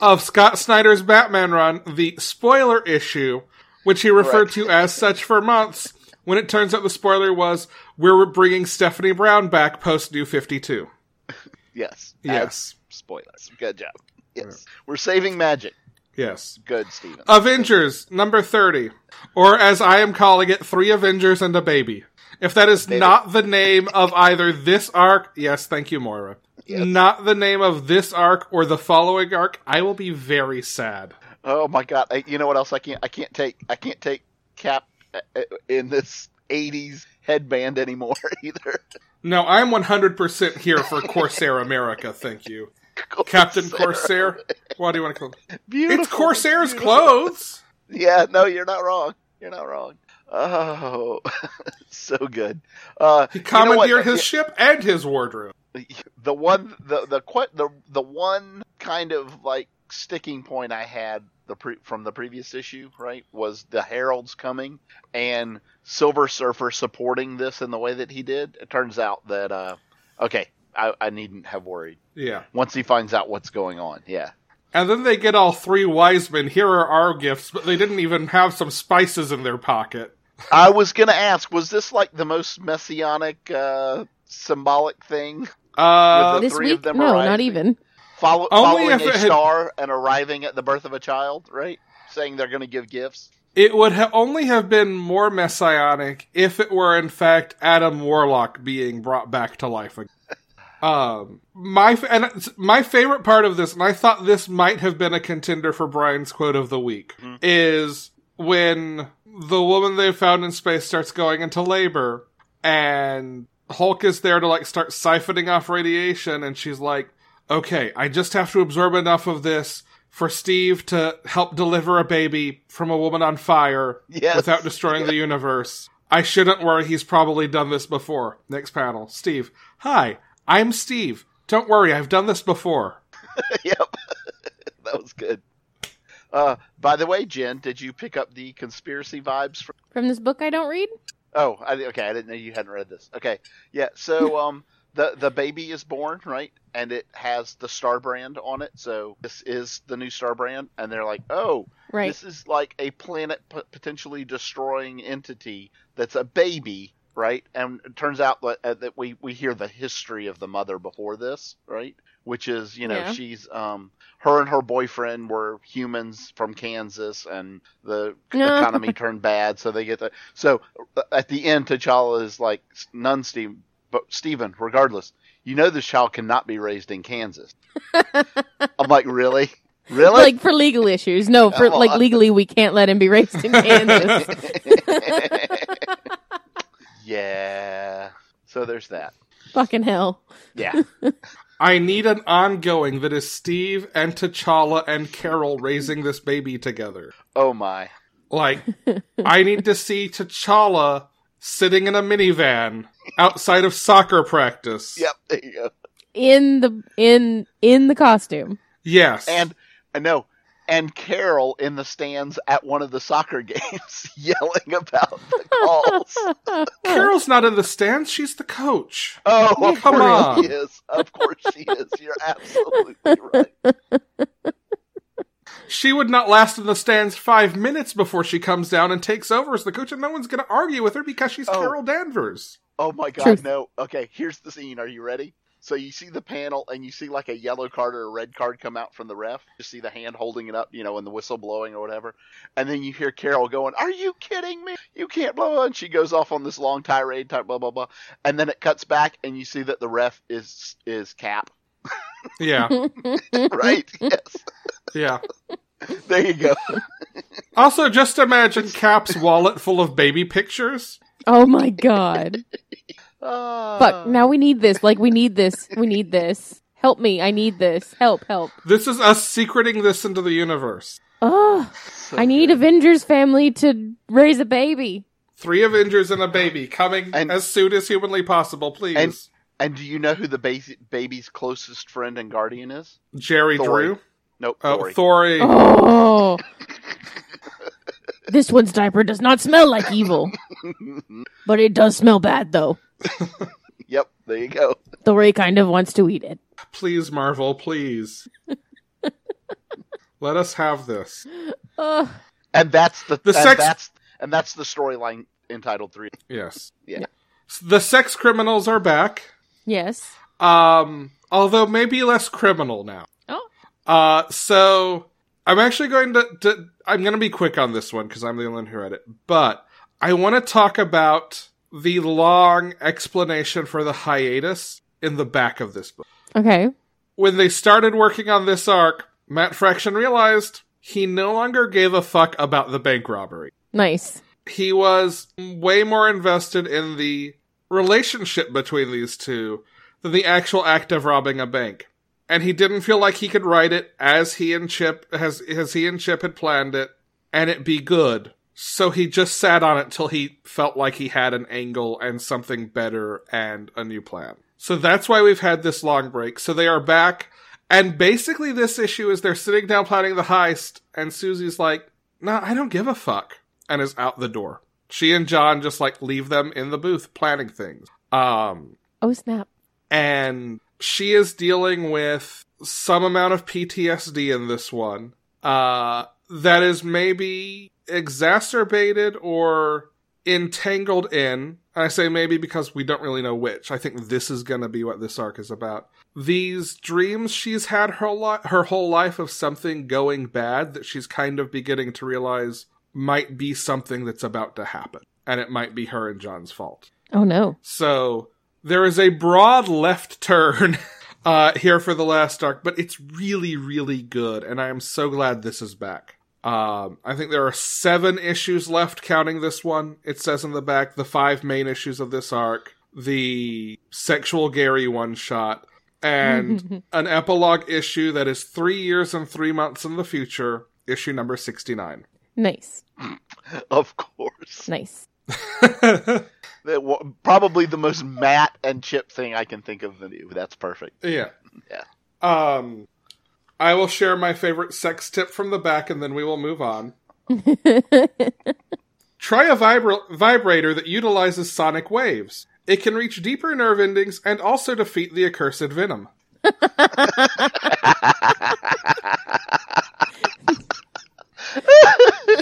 of Scott Snyder's Batman run, the spoiler issue, which he referred
Correct.
to as such for months when it turns out the spoiler was we're bringing Stephanie Brown back post New 52.
yes, Add
Yes.
spoilers. Good job. Yes, we're saving magic.
Yes.
Good, Steven.
Avengers number 30 or as I am calling it Three Avengers and a Baby. If that is
Baby.
not the name of either this arc, yes, thank you Moira.
Yes.
Not the name of this arc or the following arc, I will be very sad.
oh my God! I, you know what else? I can't. I can't take. I can't take Cap uh, uh, in this '80s headband anymore either.
No, I'm 100% here for Corsair America, thank you. Captain Corsair? What do you want to call it?
Beautiful.
It's Corsair's
beautiful.
clothes!
Yeah, no, you're not wrong. You're not wrong. Oh, so Uh, good. Uh,
He
you know what?
commandeered his ship and his wardrobe.
the one the the que- the the one kind of like sticking point I had the pre- from the previous issue, right, was the heralds coming and Silver Surfer supporting this in the way that he did. It turns out that uh, okay, I, I needn't have worried
Yeah.
once he finds out what's going on. Yeah,
And then they get all three wise men. Here are our gifts, but they didn't even have some spices in their pocket.
I was gonna ask, was this like the most messianic uh, symbolic thing?
Uh,
With
this
Oh, three of
week?
them
No, not
arrived.
even.
Follow,
Only
following
if it
a
had-
star and arriving at the birth of a child, right? Saying they're gonna give gifts.
it would ha- only have been more messianic if it were, in fact, Adam Warlock being brought back to life again. Um, my f- and it's- my favorite part of this, and I thought this might have been a contender for Brian's quote of the week,
Mhm.
is when the woman they found in space starts going into labor, and Hulk is there to like start siphoning off radiation, and she's like, "Okay, I just have to absorb enough of this for Steve to help deliver a baby from a woman on fire
Yes.
without destroying the universe. I shouldn't worry, he's probably done this before. Next panel. Steve. Hi, I'm Steve. Don't worry, I've done this before.
yep. that was good. Uh, by the way, Jen, did you pick up the conspiracy vibes from?
From this book I don't read?
Oh, I, okay. I didn't know you hadn't read this. Okay, yeah. So, um, the the baby is born, right? And it has the star brand on it. So this is the new star brand, and they're like, oh,
Right.
this is like a planet p- potentially destroying entity that's a baby, right? And it turns out that, uh, that we we hear the history of the mother before this, right? Which is, you know,
Yeah.
she's um her and her boyfriend were humans from Kansas, and the
Yeah.
economy turned bad, so they get the so uh, at the end, T'Challa is like, none, Steve, but Stephen, regardless, you know this child cannot be raised in Kansas. I'm like, really, really.
Like for legal issues. No, for
Oh, I-
like legally we can't let him be raised in Kansas.
yeah. So there's that.
Fucking hell.
Yeah.
I need an ongoing that is Steve and T'Challa and Carol raising this baby together.
Oh my.
Like, I need to see T'Challa sitting in a minivan outside of soccer practice.
Yep. There you go.
In the in in the costume.
Yes.
And I know. And Carol in the stands at one of the soccer games yelling about the calls.
Carol's not in the stands, she's the coach.
Oh,
Yeah,
of
come
course
on.
she is. Of course she is. You're absolutely right.
She would not last in the stands five minutes before she comes down and takes over as the coach, and no one's going to argue with her because she's
Oh.
Carol Danvers.
Oh my god,
Truth.
no. Okay, here's the scene. Are you ready? So you see the panel and you see like a yellow card or a red card come out from the ref. You see the hand holding it up, you know, and the whistle blowing or whatever. And then you hear Carol going, Are you kidding me? You can't blow and she goes off on this long tirade type blah blah blah. And then it cuts back and you see that the ref is is cap.
Yeah,
Right? yes.
yeah.
There you go.
Also, just imagine Cap's wallet full of baby pictures.
oh my god.
Uh,
Fuck, now we need this. Like we need this. We need this. Help me. I need this. Help, help.
This is us secreting this into the universe.
Oh, I need Avengers family to raise a baby.
Three Avengers and a baby coming
And-
as soon as humanly possible, please.
And do you know who the bas- baby's closest friend and guardian is?
Jerry
Thor.
Drew.
Nope,
Oh,
Dory.
Thory.
Oh. this one's diaper does not smell like evil, but it does smell bad though.
yep, there you go.
Thori kind of wants to eat it.
Please, Marvel, please. Let us have this.
Ugh.
And that's the,
The
and
sex-
that's and that's the storyline entitled three.
Yes.
Yeah.
S- The sex criminals are back.
yes.
Um, although maybe less criminal now.
Oh.
Uh, so I'm actually going to, to I'm going to be quick on this one because I'm the only one who read it, but I want to talk about the long explanation for the hiatus in the back of this book.
Okay.
When they started working on this arc, Matt Fraction realized he no longer gave a fuck about the bank robbery.
Nice.
He was way more invested in the relationship between these two than the actual act of robbing a bank. And he didn't feel like he could write it as he and Chip as, as he and Chip had planned it and it be good. So he just sat on it till he felt like he had an angle and something better and a new plan. So that's why we've had this long break. So they are back. And basically, this issue is they're sitting down planning the heist, and Susie's like, nah, I don't give a fuck, and is out the door. She and John just like leave them in the booth planning things. Um,
Oh snap!
and she is dealing with some amount of PTSD in this one uh, that is maybe exacerbated or entangled in. And I say maybe because we don't really know which. I think this is going to be what this arc is about. These dreams she's had her li- her whole life of something going bad that she's kind of beginning to realize might be something that's about to happen, and it might be her and John's fault.
Oh no!
So there is a broad left turn uh, here for the last arc, but it's really, really good, and I am so glad this is back. Um, I think there are seven issues left, counting this one. It says in the back the five main issues of this arc, the sexual Gary one shot, and an epilogue issue that is three years and three months in the future, issue number 69.
nice,
Of course.
nice.
That wa- Probably the most Matt and Chip thing I can think of. That's perfect.
Yeah.
Yeah.
Um I will share my favorite sex tip from the back and then we will move on. Try a vibra- vibrator that utilizes sonic waves. It can reach deeper nerve endings and also defeat the accursed venom.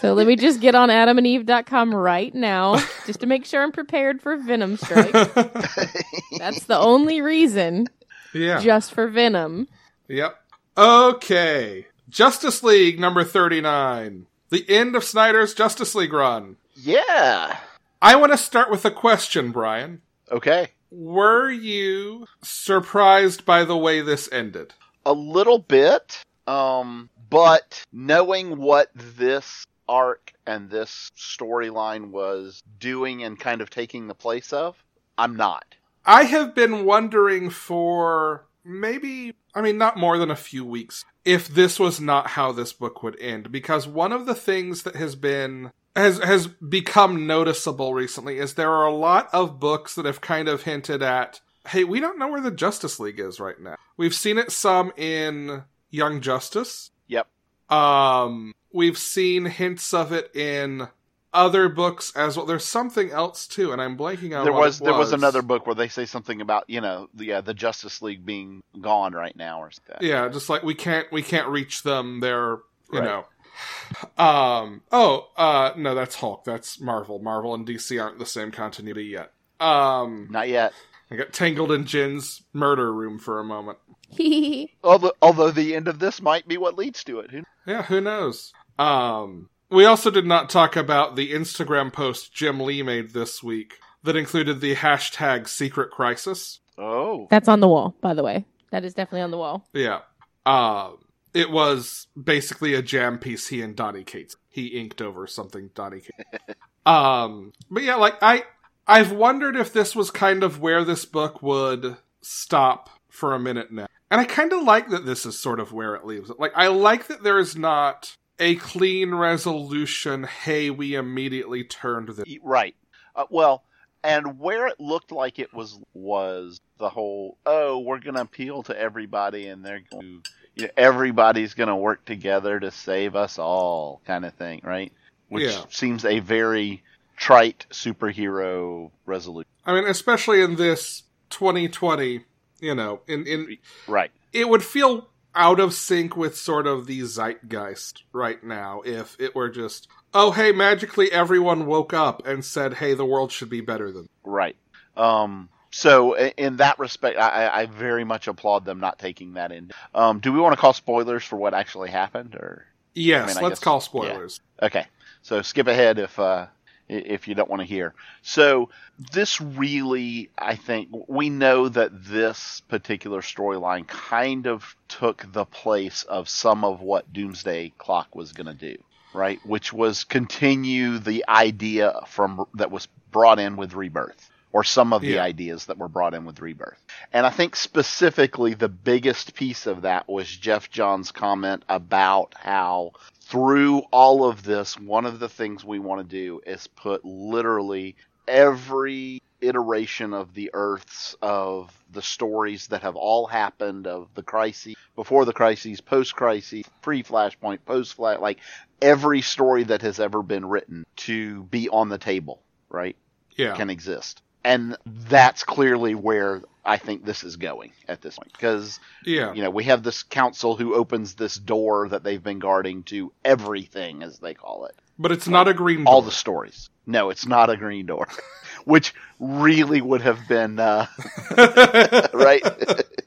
so let me just get on AdamAndEve.com right now just to make sure I'm prepared for Venom Strike. That's the only reason,
Yeah.
just for Venom.
Yep. Okay. Justice League number 39. The end of Snyder's Justice League run.
Yeah.
I want to start with a question, Brian.
Okay.
Were you surprised by the way this ended?
a little bit um but knowing what this arc and this storyline was doing and kind of taking the place of i'm not
I have been wondering for maybe, I mean, not more than a few weeks, if this was not how this book would end, because one of the things that has been has has become noticeable recently is there are a lot of books that have kind of hinted at, hey, we don't know where the Justice League is right now. We've seen it some in Young Justice.
Yep.
Um, we've seen hints of it in other books as well. There's something else too, and I'm blanking on.
there
what
was
it
there was
was
another book where they say something about you know the uh, the justice league being gone right now or something
yeah just like we can't we can't reach them they're you
Right.
know um oh uh no that's hulk that's marvel marvel and dc aren't the same continuity yet um
not yet
i got tangled in jin's murder room for a moment
although, although the end of this might be what leads to it Who-
yeah who knows um we also did not talk about the instagram post jim lee made this week that included the hashtag secret crisis
oh
That's on the wall, by the way. That is definitely on the wall.
Yeah. Uh, it was basically a jam piece he and Donnie Cates. He inked over something Donnie Cates. um, but yeah, like I I've wondered if this was kind of where this book would stop for a minute now. And I kind of like that this is sort of where it leaves it. Like I like that there is not a clean resolution, hey, we immediately turned this.
E- Right. Uh, well, and where it looked like it was was the whole oh we're gonna appeal to everybody and they're going to, you know, everybody's gonna work together to save us all kind of thing, right? Which
Yeah.
seems a very trite superhero resolution.
I mean, especially in this 2020, you know, in in
Right.
it would feel out of sync with sort of the zeitgeist right now if it were just oh hey magically everyone woke up and said hey the world should be better than
Right. Um. So i- in that respect, I, I I very much applaud them not taking that in. Um, do we want to call spoilers for what actually happened, or
yes
I mean, I
let's
guess-
call spoilers
Okay, so skip ahead if uh, i- if you don't want to hear. So this really, I think, we know that this particular storyline kind of took the place of some of what Doomsday Clock was going to do, right? Which was continue the idea from that was brought in with Rebirth. Or some of the
Yeah.
ideas that were brought in with Rebirth. And I think specifically the biggest piece of that was Jeff John's comment about how through all of this, one of the things we want to do is put literally every iteration of the Earths of the stories that have all happened of the crisis before the crises, post crisis, pre Flashpoint, post Flash, like every story that has ever been written to be on the table, right?
Yeah.
Can exist. And that's clearly where I think this is going at this point because
yeah.
you know, we have this council who opens this door that they've been guarding to everything, as they call it.
But it's not a green
All
door.
the stories. No, it's not a green door, which really would have been, uh, right?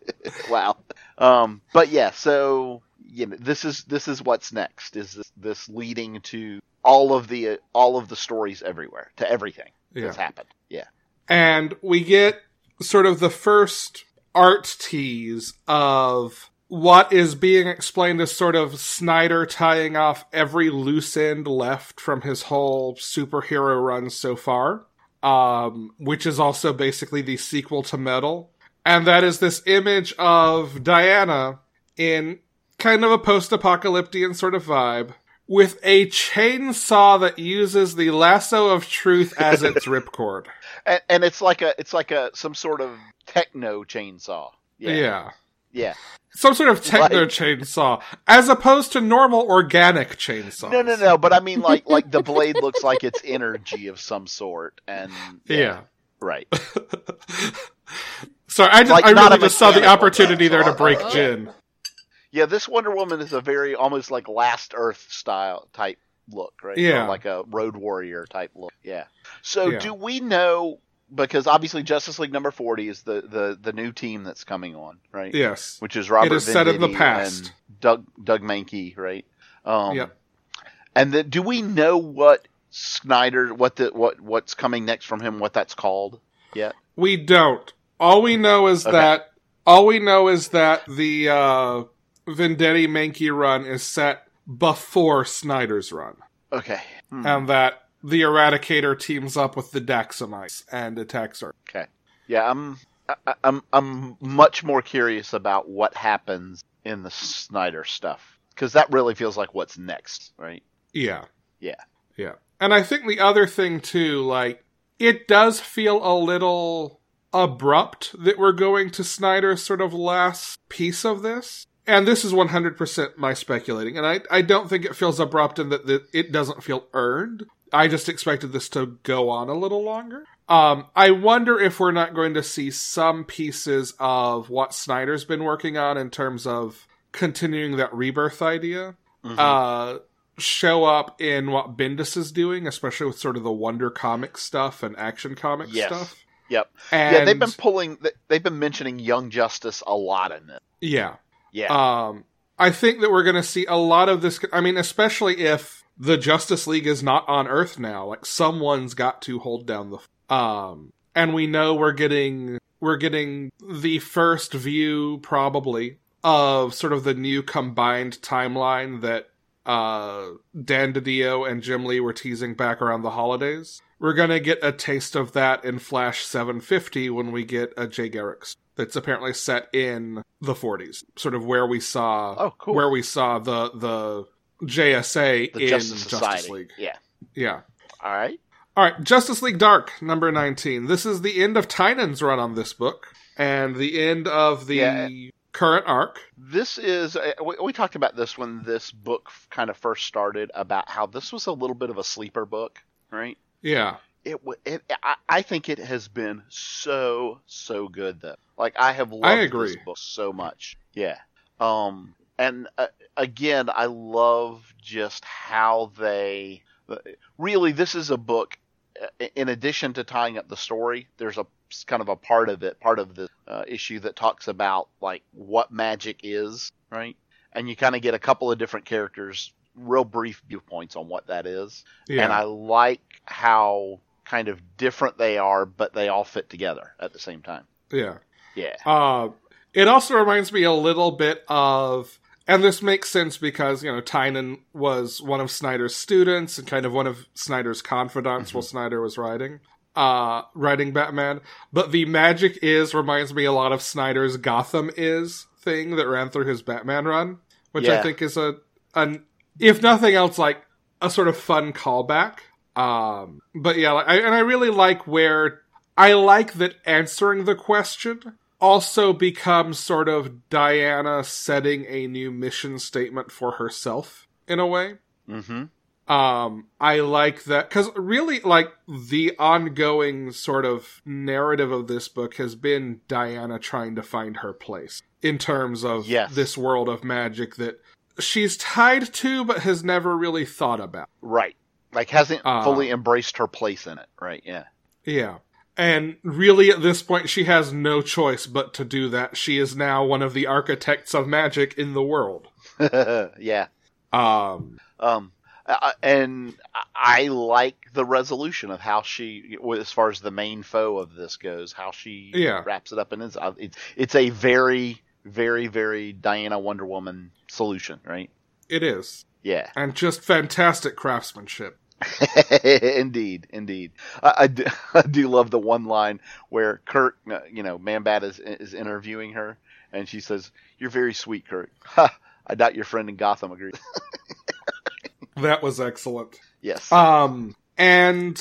wow. Um, but yeah, so, you know, this is, this is what's next is this, this leading to all of the, uh, all of the stories everywhere to everything
yeah.
that's happened. Yeah.
and we get sort of the first art tease of what is being explained as sort of Snyder tying off every loose end left from his whole superhero run so far, um, which is also basically the sequel to Metal. And that is this image of Diana in kind of a post apocalyptic sort of vibe with a chainsaw that uses the lasso of truth as its ripcord.
And, and it's like a, it's like a, some sort of techno chainsaw.
Yeah.
Yeah. yeah.
Some sort of techno
Like-
chainsaw, as opposed to normal organic chainsaws.
No, no, no. But I mean, like, like the blade looks like it's energy of some sort, and
Yeah.
right.
Sorry, I just
Like,
I
not
really
a
just saw the
mechanical
opportunity there to
chainsaw.
break
Oh.
Jin.
Yeah, this Wonder Woman is a very almost like Last Earth style type look, right? Or
Yeah.
like a Road Warrior type look. Yeah. So
Yeah.
do we know? Because obviously, Justice League number forty is the the the new team that's coming on, right?
Yes.
Which is Robert
It is set in the
Venditti
past.
and Doug Doug Mankey, right? Um,
Yep.
And then, do we know what Snyder, what the what what's coming next from him, what that's called?
We don't. All we know is
Okay.
that all we know is that the uh Vendetti Mankey run is set before Snyder's run.
Okay. Hmm.
And that the Eradicator teams up with the Daxamites and attacks Earth.
Yeah, I'm I- I- I'm I'm much more curious about what happens in the Snyder stuff because that really feels like what's next, right?
Yeah.
Yeah.
Yeah. And I think the other thing too, like, it does feel a little abrupt that we're going to Snyder's sort of last piece of this. And this is 100% my speculating. And I, I don't think it feels abrupt in that, that it doesn't feel earned. I just expected this to go on a little longer. Um, I wonder if we're not going to see some pieces of what Snyder's been working on in terms of continuing that rebirth idea
Mhm.
uh show up in what Bendis is doing, especially with sort of the Wonder comic stuff and action comic
Yes.
stuff.
Yep.
And
yeah, they've been pulling. th- They've been mentioning Young Justice a lot in this.
yeah.
Yeah.
Um I think that we're going to see a lot of this I mean especially if the Justice League is not on Earth now, like someone's got to hold down the um and we know we're getting we're getting the first view probably of sort of the new combined timeline that uh, Dan DiDio and Jim Lee were teasing back around the holidays. We're gonna get a taste of that in Flash 750 when we get a Jay Garrick's that's apparently set in the 40s, sort of where we saw
oh, cool.
where we saw the the JSA
the
in
Justice
Justice,
Society.
League.
Yeah.
Yeah.
All right.
All right, Justice League Dark number 19. This is the end of Tynan's run on this book and the end of the
Yeah.
current arc.
This is uh, we, we talked about this when this book f- kind of first started about how this was a little bit of a sleeper book, right?
Yeah.
It, w- it I, I think it has been so so good though. Like I have loved
agree.
this book so much. Yeah. Um and uh, again, I love just how they uh, really this is a book uh, in addition to tying up the story, there's a kind of a part of it, part of the uh, issue that talks about like what magic is, right? And you kind of get a couple of different characters real brief viewpoints on what that is
Yeah.
and I like how kind of different they are, but they all fit together at the same time.
yeah.
Yeah.
Uh, it also reminds me a little bit of, and this makes sense because you know Tynan was one of Snyder's students and kind of one of Snyder's confidants
Mm-hmm.
while Snyder was writing, uh, writing Batman. But the magic is reminds me a lot of Snyder's Gotham is thing that ran through his Batman run, which I
Yeah.
think is a an if nothing else like a sort of fun callback. Um, but yeah, like, I, and I really like where I like that answering the question also becomes sort of Diana setting a new mission statement for herself in a way.
Mm-hmm.
Um, I like that because really, like the ongoing sort of narrative of this book has been Diana trying to find her place in terms of
Yes.
this world of magic that she's tied to but has never really thought about.
Right. Like hasn't
Uh,
fully embraced her place in it. Right. Yeah.
Yeah. And really, at this point, she has no choice but to do that. She is now one of the architects of magic in the world.
yeah.
Um,
Um, uh, and I I like the resolution of how she, as far as the main foe of this goes, how she
Yeah.
wraps it up. And it's, uh, it's it's a very, very, very Diana Wonder Woman solution, right?
it is.
Yeah,
And just fantastic craftsmanship.
indeed, indeed. I, I, do, I do love the one line where Kirk, uh, you know, Manbat is is interviewing her, and she says, "You're very sweet, Kirk. Ha, I doubt your friend in Gotham agrees."
That was excellent.
yes.
Um, and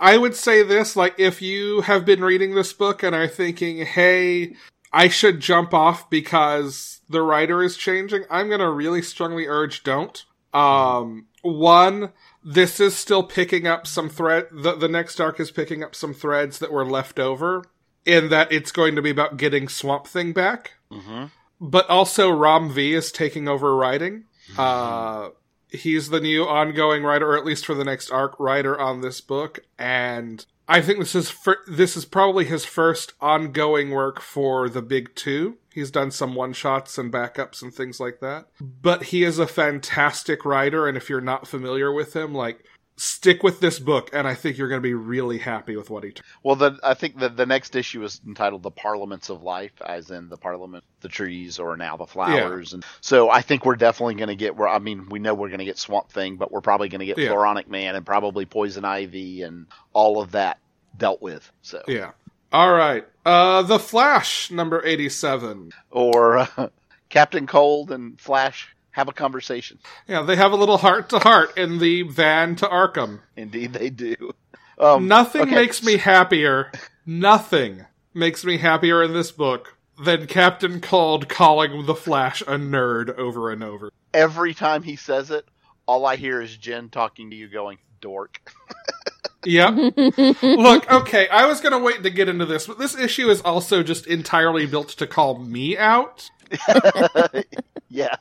I would say this like, if you have been reading this book and are thinking, hey, I should jump off because the writer is changing, I'm going to really strongly urge don't. Um, one, this is still picking up some thread. The, the next arc is picking up some threads that were left over, in that it's going to be about getting Swamp Thing back
hmm
but also Rom V is taking over writing. Uh, he's the new ongoing writer, or at least for the next arc, writer on this book, and I think this is fir- this is probably his first ongoing work for the big two. He's done some one shots and backups and things like that, but he is a fantastic writer, and if you're not familiar with him, like stick with this book, and I think you're going to be really happy with what he. T-
Well, then I think that the next issue is entitled "The Parliaments of Life," as in the parliament, the trees, or now the flowers. And so I think we're definitely going to get. Where I mean, we know we're going to get Swamp Thing, but we're probably going to get
Yeah.
Floronic Man and probably Poison Ivy and all of that dealt with. So
yeah. All right. Uh, the Flash number eighty-seven.
or uh, Captain Cold and Flash have a conversation.
Yeah, they have a little heart to heart in the van to Arkham.
Indeed, they do. Um,
Nothing
okay.
makes me happier. Nothing makes me happier in this book than Captain Cold calling the Flash a nerd over and over.
every time he says it. All I hear is Jen talking to you, going "dork."
Yep. Look, okay, I was going to wait to get into this, but this issue is also just entirely built to call me out.
Yeah,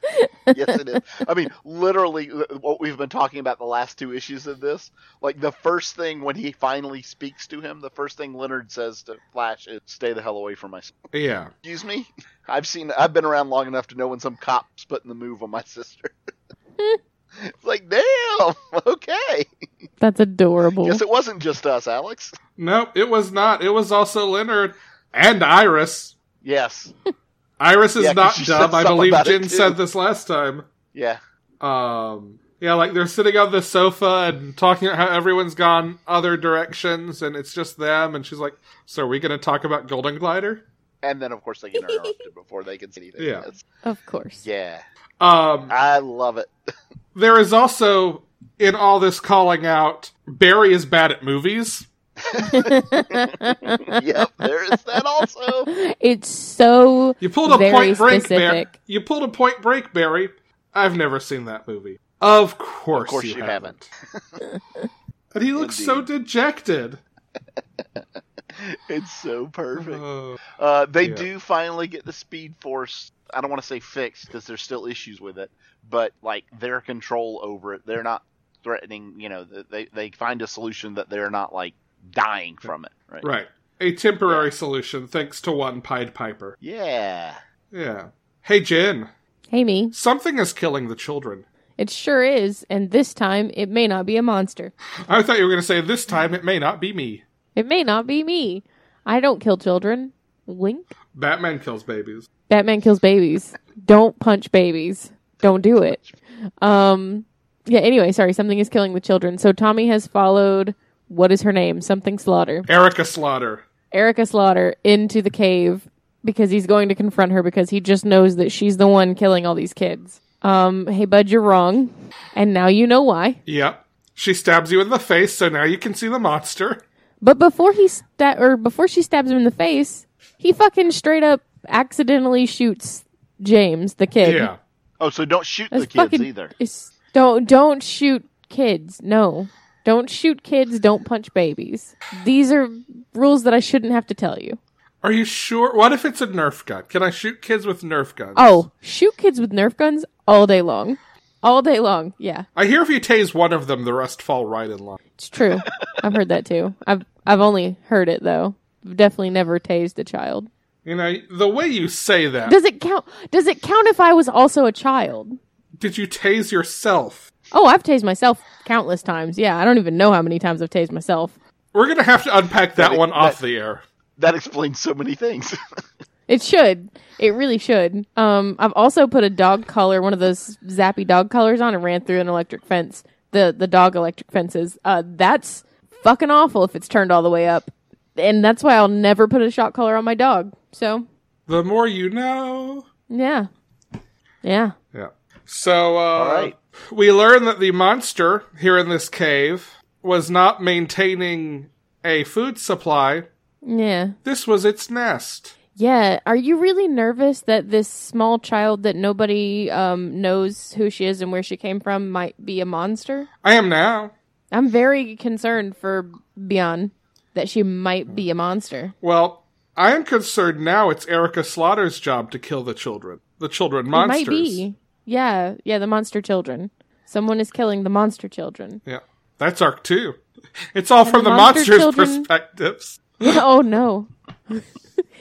yes, it is. I mean, literally, uh, what we've been talking about the last two issues of this. Like the first thing when he finally speaks to him, the first thing Leonard says to Flash is, "Stay the hell away from my." s-"
Yeah.
Excuse me. I've seen. I've been around long enough to know when some cop's putting the move on my sister. it's like, damn. Okay.
That's adorable.
Guess it wasn't just us, Alex.
Nope, it was not. It was also Leonard and Iris.
Yes.
Iris is
Yeah, 'cause
not
she said
dumb. I
something
believe
about it
Jin
too.
said this last time.
Yeah.
Um, yeah, like they're sitting on the sofa and talking about how everyone's gone other directions and it's just them. And she's like, "So are we going to talk about Golden Glider?"
And then, of course, they get interrupted before they can see anything.
Yeah.
Yes.
of course.
Yeah.
Um,
I love it.
there is also in all this calling out, Barry is bad at movies.
yep. There is that also.
It's so
You pulled a
Very
Point Break, Barry.
specific.
You pulled a Point Break, Barry. I've never seen that movie. Of course,
course
you,
you
haven't. and he looks so dejected.
It's so perfect.
Oh.
Uh, they
Yeah.
do finally get the Speed Force. I don't want to say fixed because there's still issues with it, but like their control over it, they're not threatening. You know, th- they they find a solution that they're not like dying from it, right?
Right. A temporary solution, thanks to one Pied Piper.
Yeah.
Yeah. Hey, Jen,
Hey, me.
something is killing the children.
It sure is, and this time it may not be a monster.
I thought you were going to say, this time it may not be me.
It may not be me. I don't kill children. Wink.
Batman kills babies.
Batman kills babies. Don't punch babies. Don't do it. Um. Yeah. Anyway, sorry. Something is killing the children. So Tommy has followed. What is her name? Something Slaughter.
Erica Slaughter.
Erica Slaughter into the cave because he's going to confront her because he just knows that she's the one killing all these kids. Um, hey bud, you're wrong, and now you know why.
Yep. She stabs you in the face, so now you can see the monster.
But before he sta- or before she stabs him in the face, he fucking straight up accidentally shoots James, the kid.
Yeah.
Oh, so don't shoot
That's
the kids
fucking-
either.
It's- don't don't shoot kids. No. Don't shoot kids, don't punch babies. These are rules that I shouldn't have to tell you.
Are you sure? What if it's a Nerf gun? Can I shoot kids with Nerf guns?
Oh, shoot kids with Nerf guns all day long. All day long. Yeah.
I hear if you tase one of them, the rest fall right in line.
It's true. I've heard that too. I've I've only heard it though. I've Definitely never tased a child.
You know, the way you say that.
Does it count? Does it count if I was also a child?
Did you tase yourself?
Oh, I've tased myself countless times. Yeah, I don't even know how many times I've tased myself.
We're gonna have to unpack that
But it-
one off
but-
the air.
That explains so many things.
It should. It really should. Um, I've also put a dog collar, one of those zappy dog collars, on and ran through an electric fence. The the dog electric fences. Uh, that's fucking awful if it's turned all the way up, and that's why I'll never put a shock collar on my dog. So
The more you know.
yeah, yeah.
Yeah. So, uh,
All right.
we learn that the monster here in this cave was not maintaining a food supply.
Yeah.
This was its nest.
Yeah. Are you really nervous that this small child that nobody um, knows who she is and where she came from might be a monster?
I am now.
I'm very concerned for Beyond that she might be a monster.
Well, I am concerned now it's Erica Slaughter's job to kill the children. The children
It
monsters.
might be. Yeah. Yeah. The monster children. Someone is killing the monster children.
Yeah. That's arc 2. It's all from
the
the
monster
monsters'
children-
perspectives.
oh, no.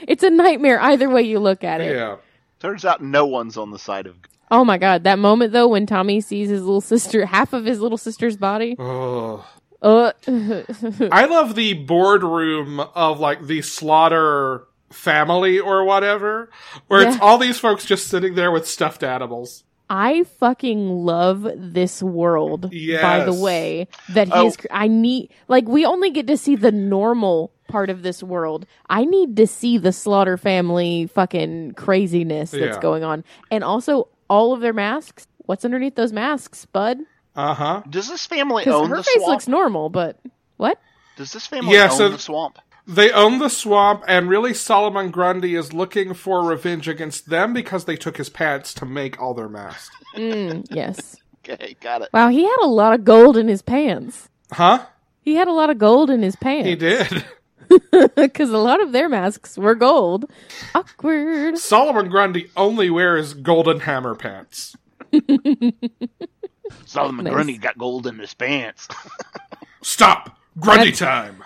it's a nightmare either way you look at it.
Yeah.
Turns out no one's on the side of.
Oh, my God. That moment, though, when Tommy sees his little sister, half of his little sister's body.
Oh.
Uh,
I love the boardroom of like the slaughter family or whatever, where it's
Yeah.
all these folks just sitting there with stuffed animals.
I fucking love this world. By the
Yes.
way, that
Oh.
he's. cr I need like we only get to see the normal part of this world. I need to see the slaughter family fucking craziness that's
Yeah.
going on, and also all of their masks. What's underneath those masks, bud?
Uh huh.
Does this family
Because
own
her
the
face
swamp?
looks normal, but what?
Does this family
Yeah,
own
so-
the swamp?
They own the swamp, and really Solomon Grundy is looking for revenge against them because they took his pants to make all their masks.
Mm, yes.
Okay, got it.
Wow, he had a lot of gold in his pants.
Huh?
He had a lot of gold in his pants.
He did.
because a lot of their masks were gold. Awkward.
Solomon Grundy only wears golden hammer pants.
Solomon
Nice.
Grundy got gold in his pants.
Stop! Grundy time!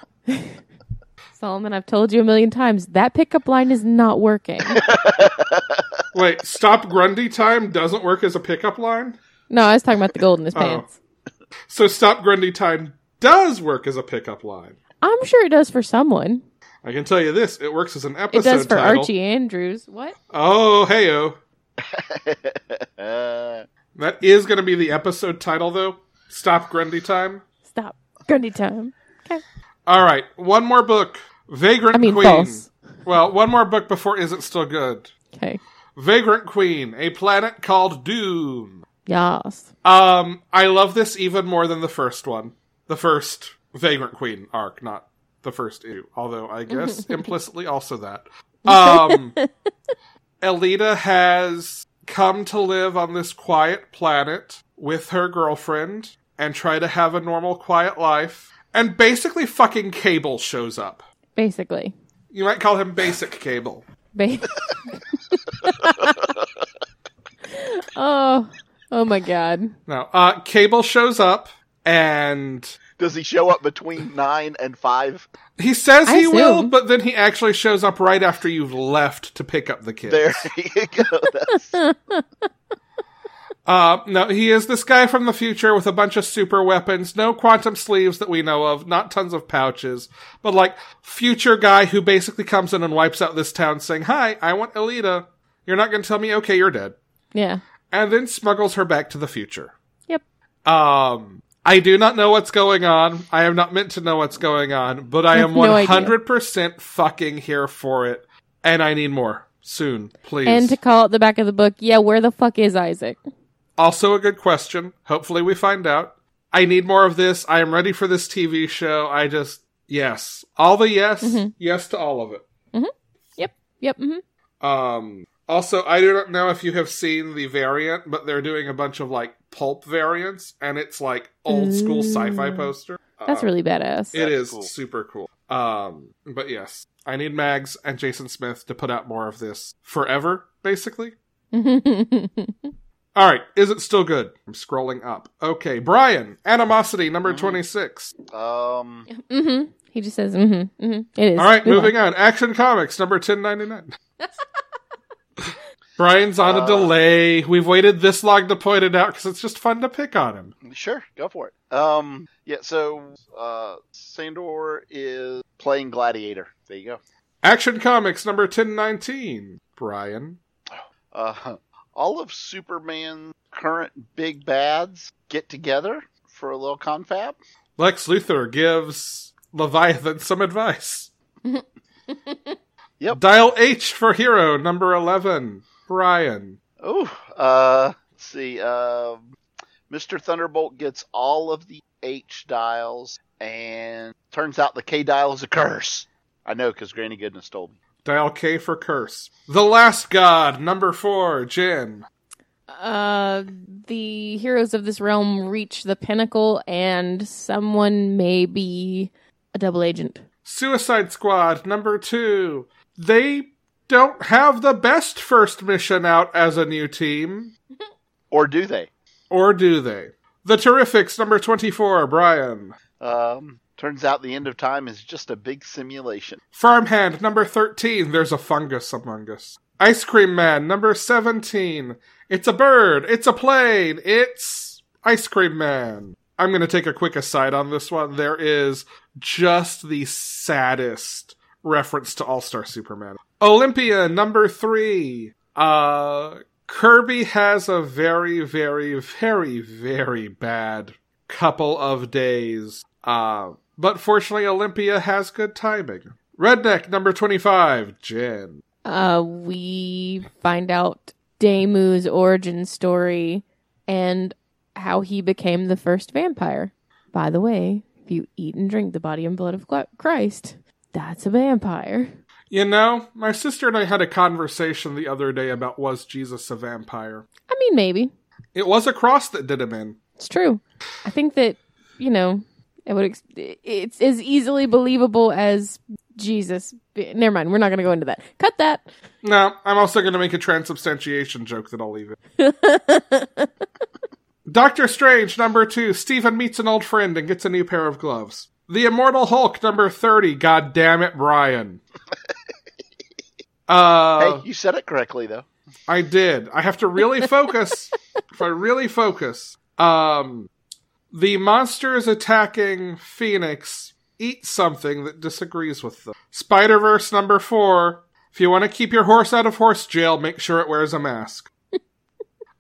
Solomon, I've told you a million times that pickup line is not working.
Wait, stop Grundy time doesn't work as a pickup line?
no, I was talking about the gold in his
Oh.
pants.
So stop Grundy time does work as a pickup line.
I'm sure it does for someone.
I can tell you this: it works as an episode.
It does for
title.
Archie Andrews. What?
Oh, heyo!
uh,
That is going to be the episode title, though. Stop Grundy time.
Stop. Grundy time.
All right, one more book. Vagrant
I mean,
Queen.
false.
Well, one more book before is it still good?
Okay.
Vagrant Queen, a planet called Doom.
Yas.
Um, I love this even more than the first one. The first Vagrant Queen arc, not the first two, although I guess implicitly also that. Um, Alita has come to live on this quiet planet with her girlfriend and try to have a normal, quiet life. And basically, fucking Cable shows up.
Basically.
You might call him Basic Cable.
Ba- oh. Oh my god.
No, uh, Cable shows up and
does he show up between nine and five?
He says
I
he will,
assume.
but then he actually shows up right after you've left to pick up the kids.
There you go. That's,
Uh, no, he is this guy from the future with a bunch of super weapons, no quantum sleeves that we know of, not tons of pouches, but like future guy who basically comes in and wipes out this town saying, Hi, I want Alita. You're not going to tell me, okay, you're dead.
Yeah.
And then smuggles her back to the future.
Yep.
Um, I do not know what's going on. I am not meant to know what's going on, but I
I
am
have no idea.
100% fucking here for it. And I need more soon, please.
And to call at the back of the book, yeah, where the fuck is Isaac?
also, a good question. Hopefully, we find out. I need more of this. I am ready for this TV show. I just, Yes. All the yes,
Mhm.
yes to all of it.
Yep. mhm.
Um, also, I do not know if you have seen the variant, but they're doing a bunch of like pulp variants, and it's like old school
Ooh.
sci-fi poster.
Mm. That's
Um,
really badass.
it
That's
is
cool.
super cool. Um, but yes, I need Mags and Jason Smith to put out more of this forever, basically.
Mm-hmm.
All right, is it still good? I'm scrolling up. Okay, Brian, Animosity number
Mhm.
26.
Um,
hmm He just says, mm-hmm, mm-hmm. It is.
All right,
Move
moving on. Action Comics number 1099. Brian's on a
Uh,
delay. We've waited this long to point it out because it's just fun to pick on him.
sure, go for it. Um, yeah. So, uh, Sandor is playing gladiator. There you go.
Action Comics number 1019. Brian.
Uh, all of Superman's current big bads get together for a little confab.
Lex Luthor gives Leviathan some advice.
Yep.
Dial H for Hero number 11. Brian.
Oh, uh, let's see. Uh, Mr. Thunderbolt gets all of the H dials, and turns out the K dial is a curse. I know because Granny Goodness told me.
Dial K for Curse. The Last God number 4. Jin.
Uh, the heroes of this realm reach the pinnacle, and someone may be a double agent.
Suicide Squad number two. They don't have the best first mission out as a new team,
Or do they?
or do they? The Terrifics number 24, Brian.
Um, turns out the end of time is just a big simulation.
Farmhand number 13, there's a fungus among us. Ice Cream Man number 17, it's a bird, it's a plane, it's Ice Cream Man. I'm going to take a quick aside on this one. There is just the saddest reference to All Star Superman. Olympia number three. Uh, Kirby has a very, very, very, very bad couple of days. Uh, but fortunately, Olympia has good timing. Redneck number 25, Jen.
Uh, we find out Daemu's origin story and how he became the first vampire. By the way, if you eat and drink the body and blood of Cla- Christ, that's a vampire.
You know, my sister and I had a conversation the other day about was Jesus a vampire?
I mean, maybe.
It was a cross that did him in.
It's true. I think that you know it would. Ex- it's as easily believable as Jesus. be- Never mind. We're not going to go into that. Cut
No, I'm also going to make a transubstantiation joke that I'll leave it.
that.
Doctor Strange, number two. Stephen meets an old friend and gets a new pair of gloves. The Immortal Hulk, number 30. God damn it, Brian. Uh,
hey, you said it correctly though.
I did. I have to really focus. if I really focus. Um, the monsters attacking Phoenix eat something that disagrees with them. Spider Verse number four. If you want to keep your horse out of horse jail, make sure it wears a mask.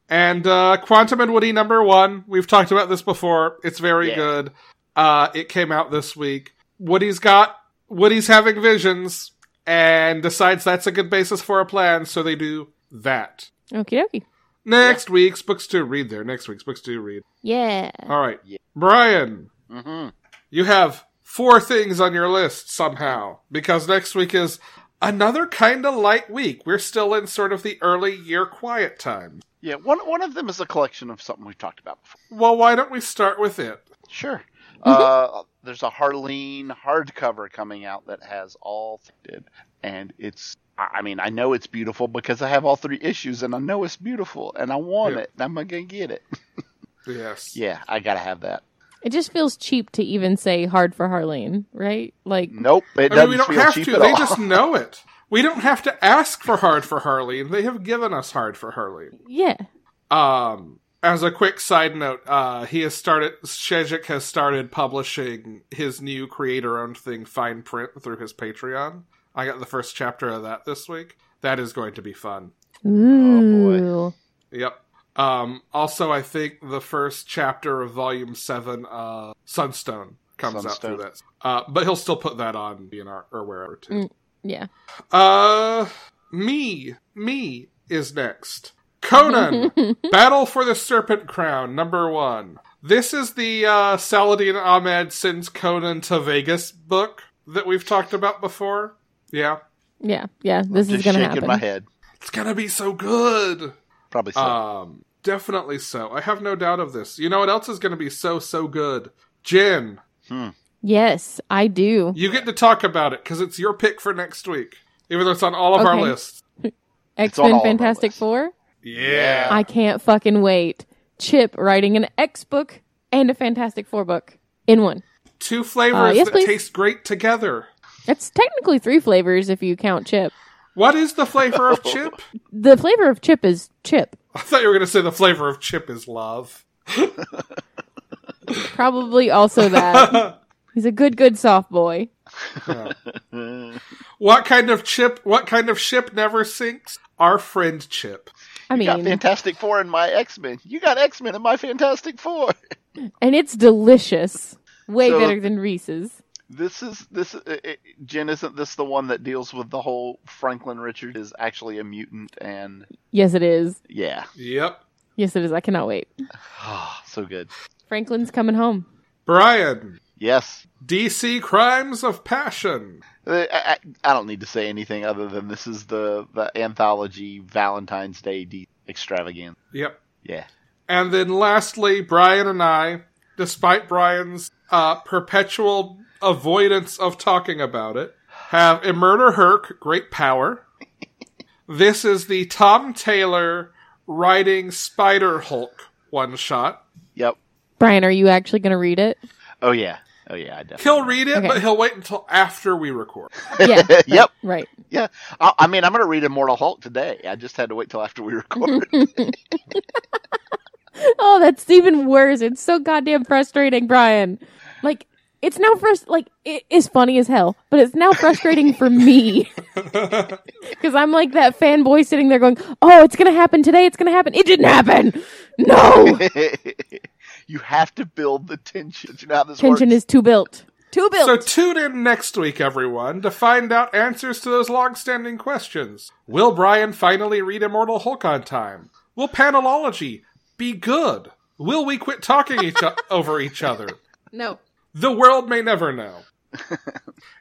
and uh, Quantum and Woody number one. We've talked about this before. It's very
Yeah.
good. Uh, it came out this week. Woody's got Woody's having visions and decides that's a good basis for a plan, so they do that.
Okie dokie.
Next week's books to read there. Next week's books to read.
Yeah.
All right.
Yeah.
Brian,
Mm-hmm.
you have four things on your list somehow because next week is another kind of light week. We're still in sort of the early year quiet time.
Yeah, one one of them is a collection of something we've talked about before.
Well, why don't we start with it?
Sure.
Mm-hmm.
Uh, there's a Harleen hardcover coming out that has all th- and it's. I I mean, I know it's beautiful because I have all three issues, and I know it's beautiful, and I want
Yeah.
it, and I'm gonna get it.
Yes.
Yeah, I gotta have that.
It just feels cheap to even say hard for Harleen, right? Like,
Nope, it
I
doesn't
mean, we don't
feel
have
cheap
to.
at
They
all.
just know it. We don't have to ask for hard for Harleen. They have given us hard for Harleen.
yeah.
Um, as a quick side note, uh, he has started. Shezik has started publishing his new creator-owned thing, Fine Print, through his Patreon. I got the first chapter of that this week. That is going to be fun.
boy.
Ooh.
Yep. Um, also, I think the first chapter of Volume Seven, uh, Sunstone, comes out
Sunstone.
through that. Uh, but he'll still put that on DNR or wherever too.
Mm, yeah.
Uh, me, me
Oh,
is next. Conan. Battle for the Serpent Crown, number one. This is the uh, Saladin Ahmed sends Conan to Vegas book that we've talked about before. Yeah,
Yeah, yeah. This
Just
is gonna
shaking
happen.
my head.
it's gonna be so good.
Probably so.
Um, definitely so. I have no doubt of this. You know what else is gonna be so so good? Jin,
Yes, I do.
you get to talk about it because it's your pick for next week, even though it's on all of our
Okay.
lists.
X
on all
Men
of our
Fantastic
lists.
Four.
Yeah.
I can't fucking wait. Chip writing an X book and a Fantastic Four book in one.
Two flavors
Uh, yes,
that
please.
taste great together.
It's technically three flavors if you count Chip.
What is the flavor of chip?
The flavor of Chip is Chip.
I thought you were going to say the flavor of chip is love.
Probably also that. He's a good, good soft boy.
Mm.
What kind of chip? What kind of ship never sinks? Our friend Chip.
I
you got
mean,
Fantastic Four in my X Men. You got X Men in my Fantastic Four.
and it's delicious. Way
So-
better than Reese's.
This is this. i i Jen, isn't this the one that deals with the whole Franklin Richard is actually a mutant and
Yes, it is.
yeah,
Yep.
Yes, it is. I cannot wait.
so good.
Franklin's coming home.
Brian.
Yes,
DC Crimes of Passion.
Uh, I, I, I don't need to say anything other than this is the the anthology Valentine's Day de- extravaganza.
Yep.
Yeah,
And then lastly, Brian and I, despite Brian's uh, perpetual avoidance of talking about it, have Immurder Herc, Great Power. this is the Tom Taylor writing Spider Hulk one shot.
yep.
Brian, are you actually going to read it?
Oh yeah, oh yeah. I definitely.
He'll read it,
Okay.
but he'll wait until after we record.
Yeah. right,
Yep.
Right.
Yeah, I, I mean, I'm gonna read Immortal Hulk today. I just had to wait till after we record.
Oh, that's even worse. It's so goddamn frustrating, Brian. Like, it's now frust like it is funny as hell, but it's now frustrating for me because I'm like that fanboy sitting there going, "Oh, it's gonna happen today. It's gonna happen. It didn't happen. No,
you have to build the tension. You know how this
tension
works.
is too built. Too built."
So tune in next week, everyone, to find out answers to those long-standing questions. Will Brian finally read Immortal Hulk on time? Will panelology be good? Will we quit talking each o- over each other?
no.
The world may never know.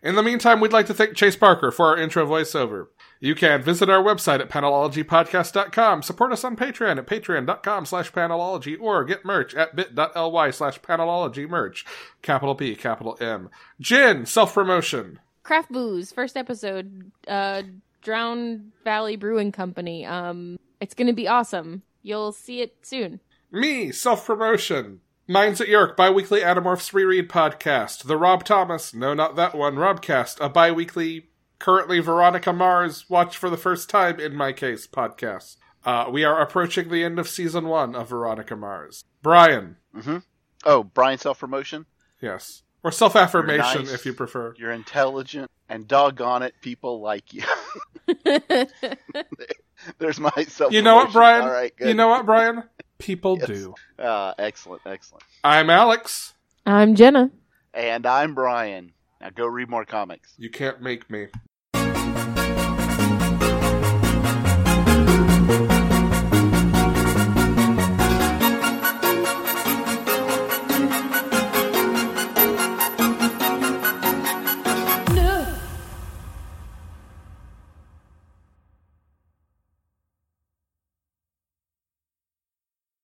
In the meantime, we'd like to thank Chase Parker for our intro voiceover. You can visit our website at panelologypodcast.com, support us on Patreon at patreon.com slash panelology, or get merch at bit.ly slash panelology merch. Capital P, capital M. Jin, self-promotion.
Craft Booze, first episode, uh, Drown Valley Brewing Company. Um, it's gonna be awesome. You'll see it soon.
Me, self promotion. Minds at York, bi weekly Animorphs Reread podcast. The Rob Thomas, no, not that one, Robcast, a bi weekly, currently Veronica Mars, watched for the first time in my case podcast. Uh, we are approaching the end of season one of Veronica Mars. Brian,
Oh, Brian, self promotion.
yes. Or self affirmation,
Nice.
if you prefer.
You're intelligent, and doggone it, people like you. There's my self.
You know what, Brian?
All right, good.
You know what, Brian? People
Yes.
do.
Uh, excellent, excellent.
I'm Alex.
I'm Jenna.
And I'm Brian. Now go read more comics.
You can't make me.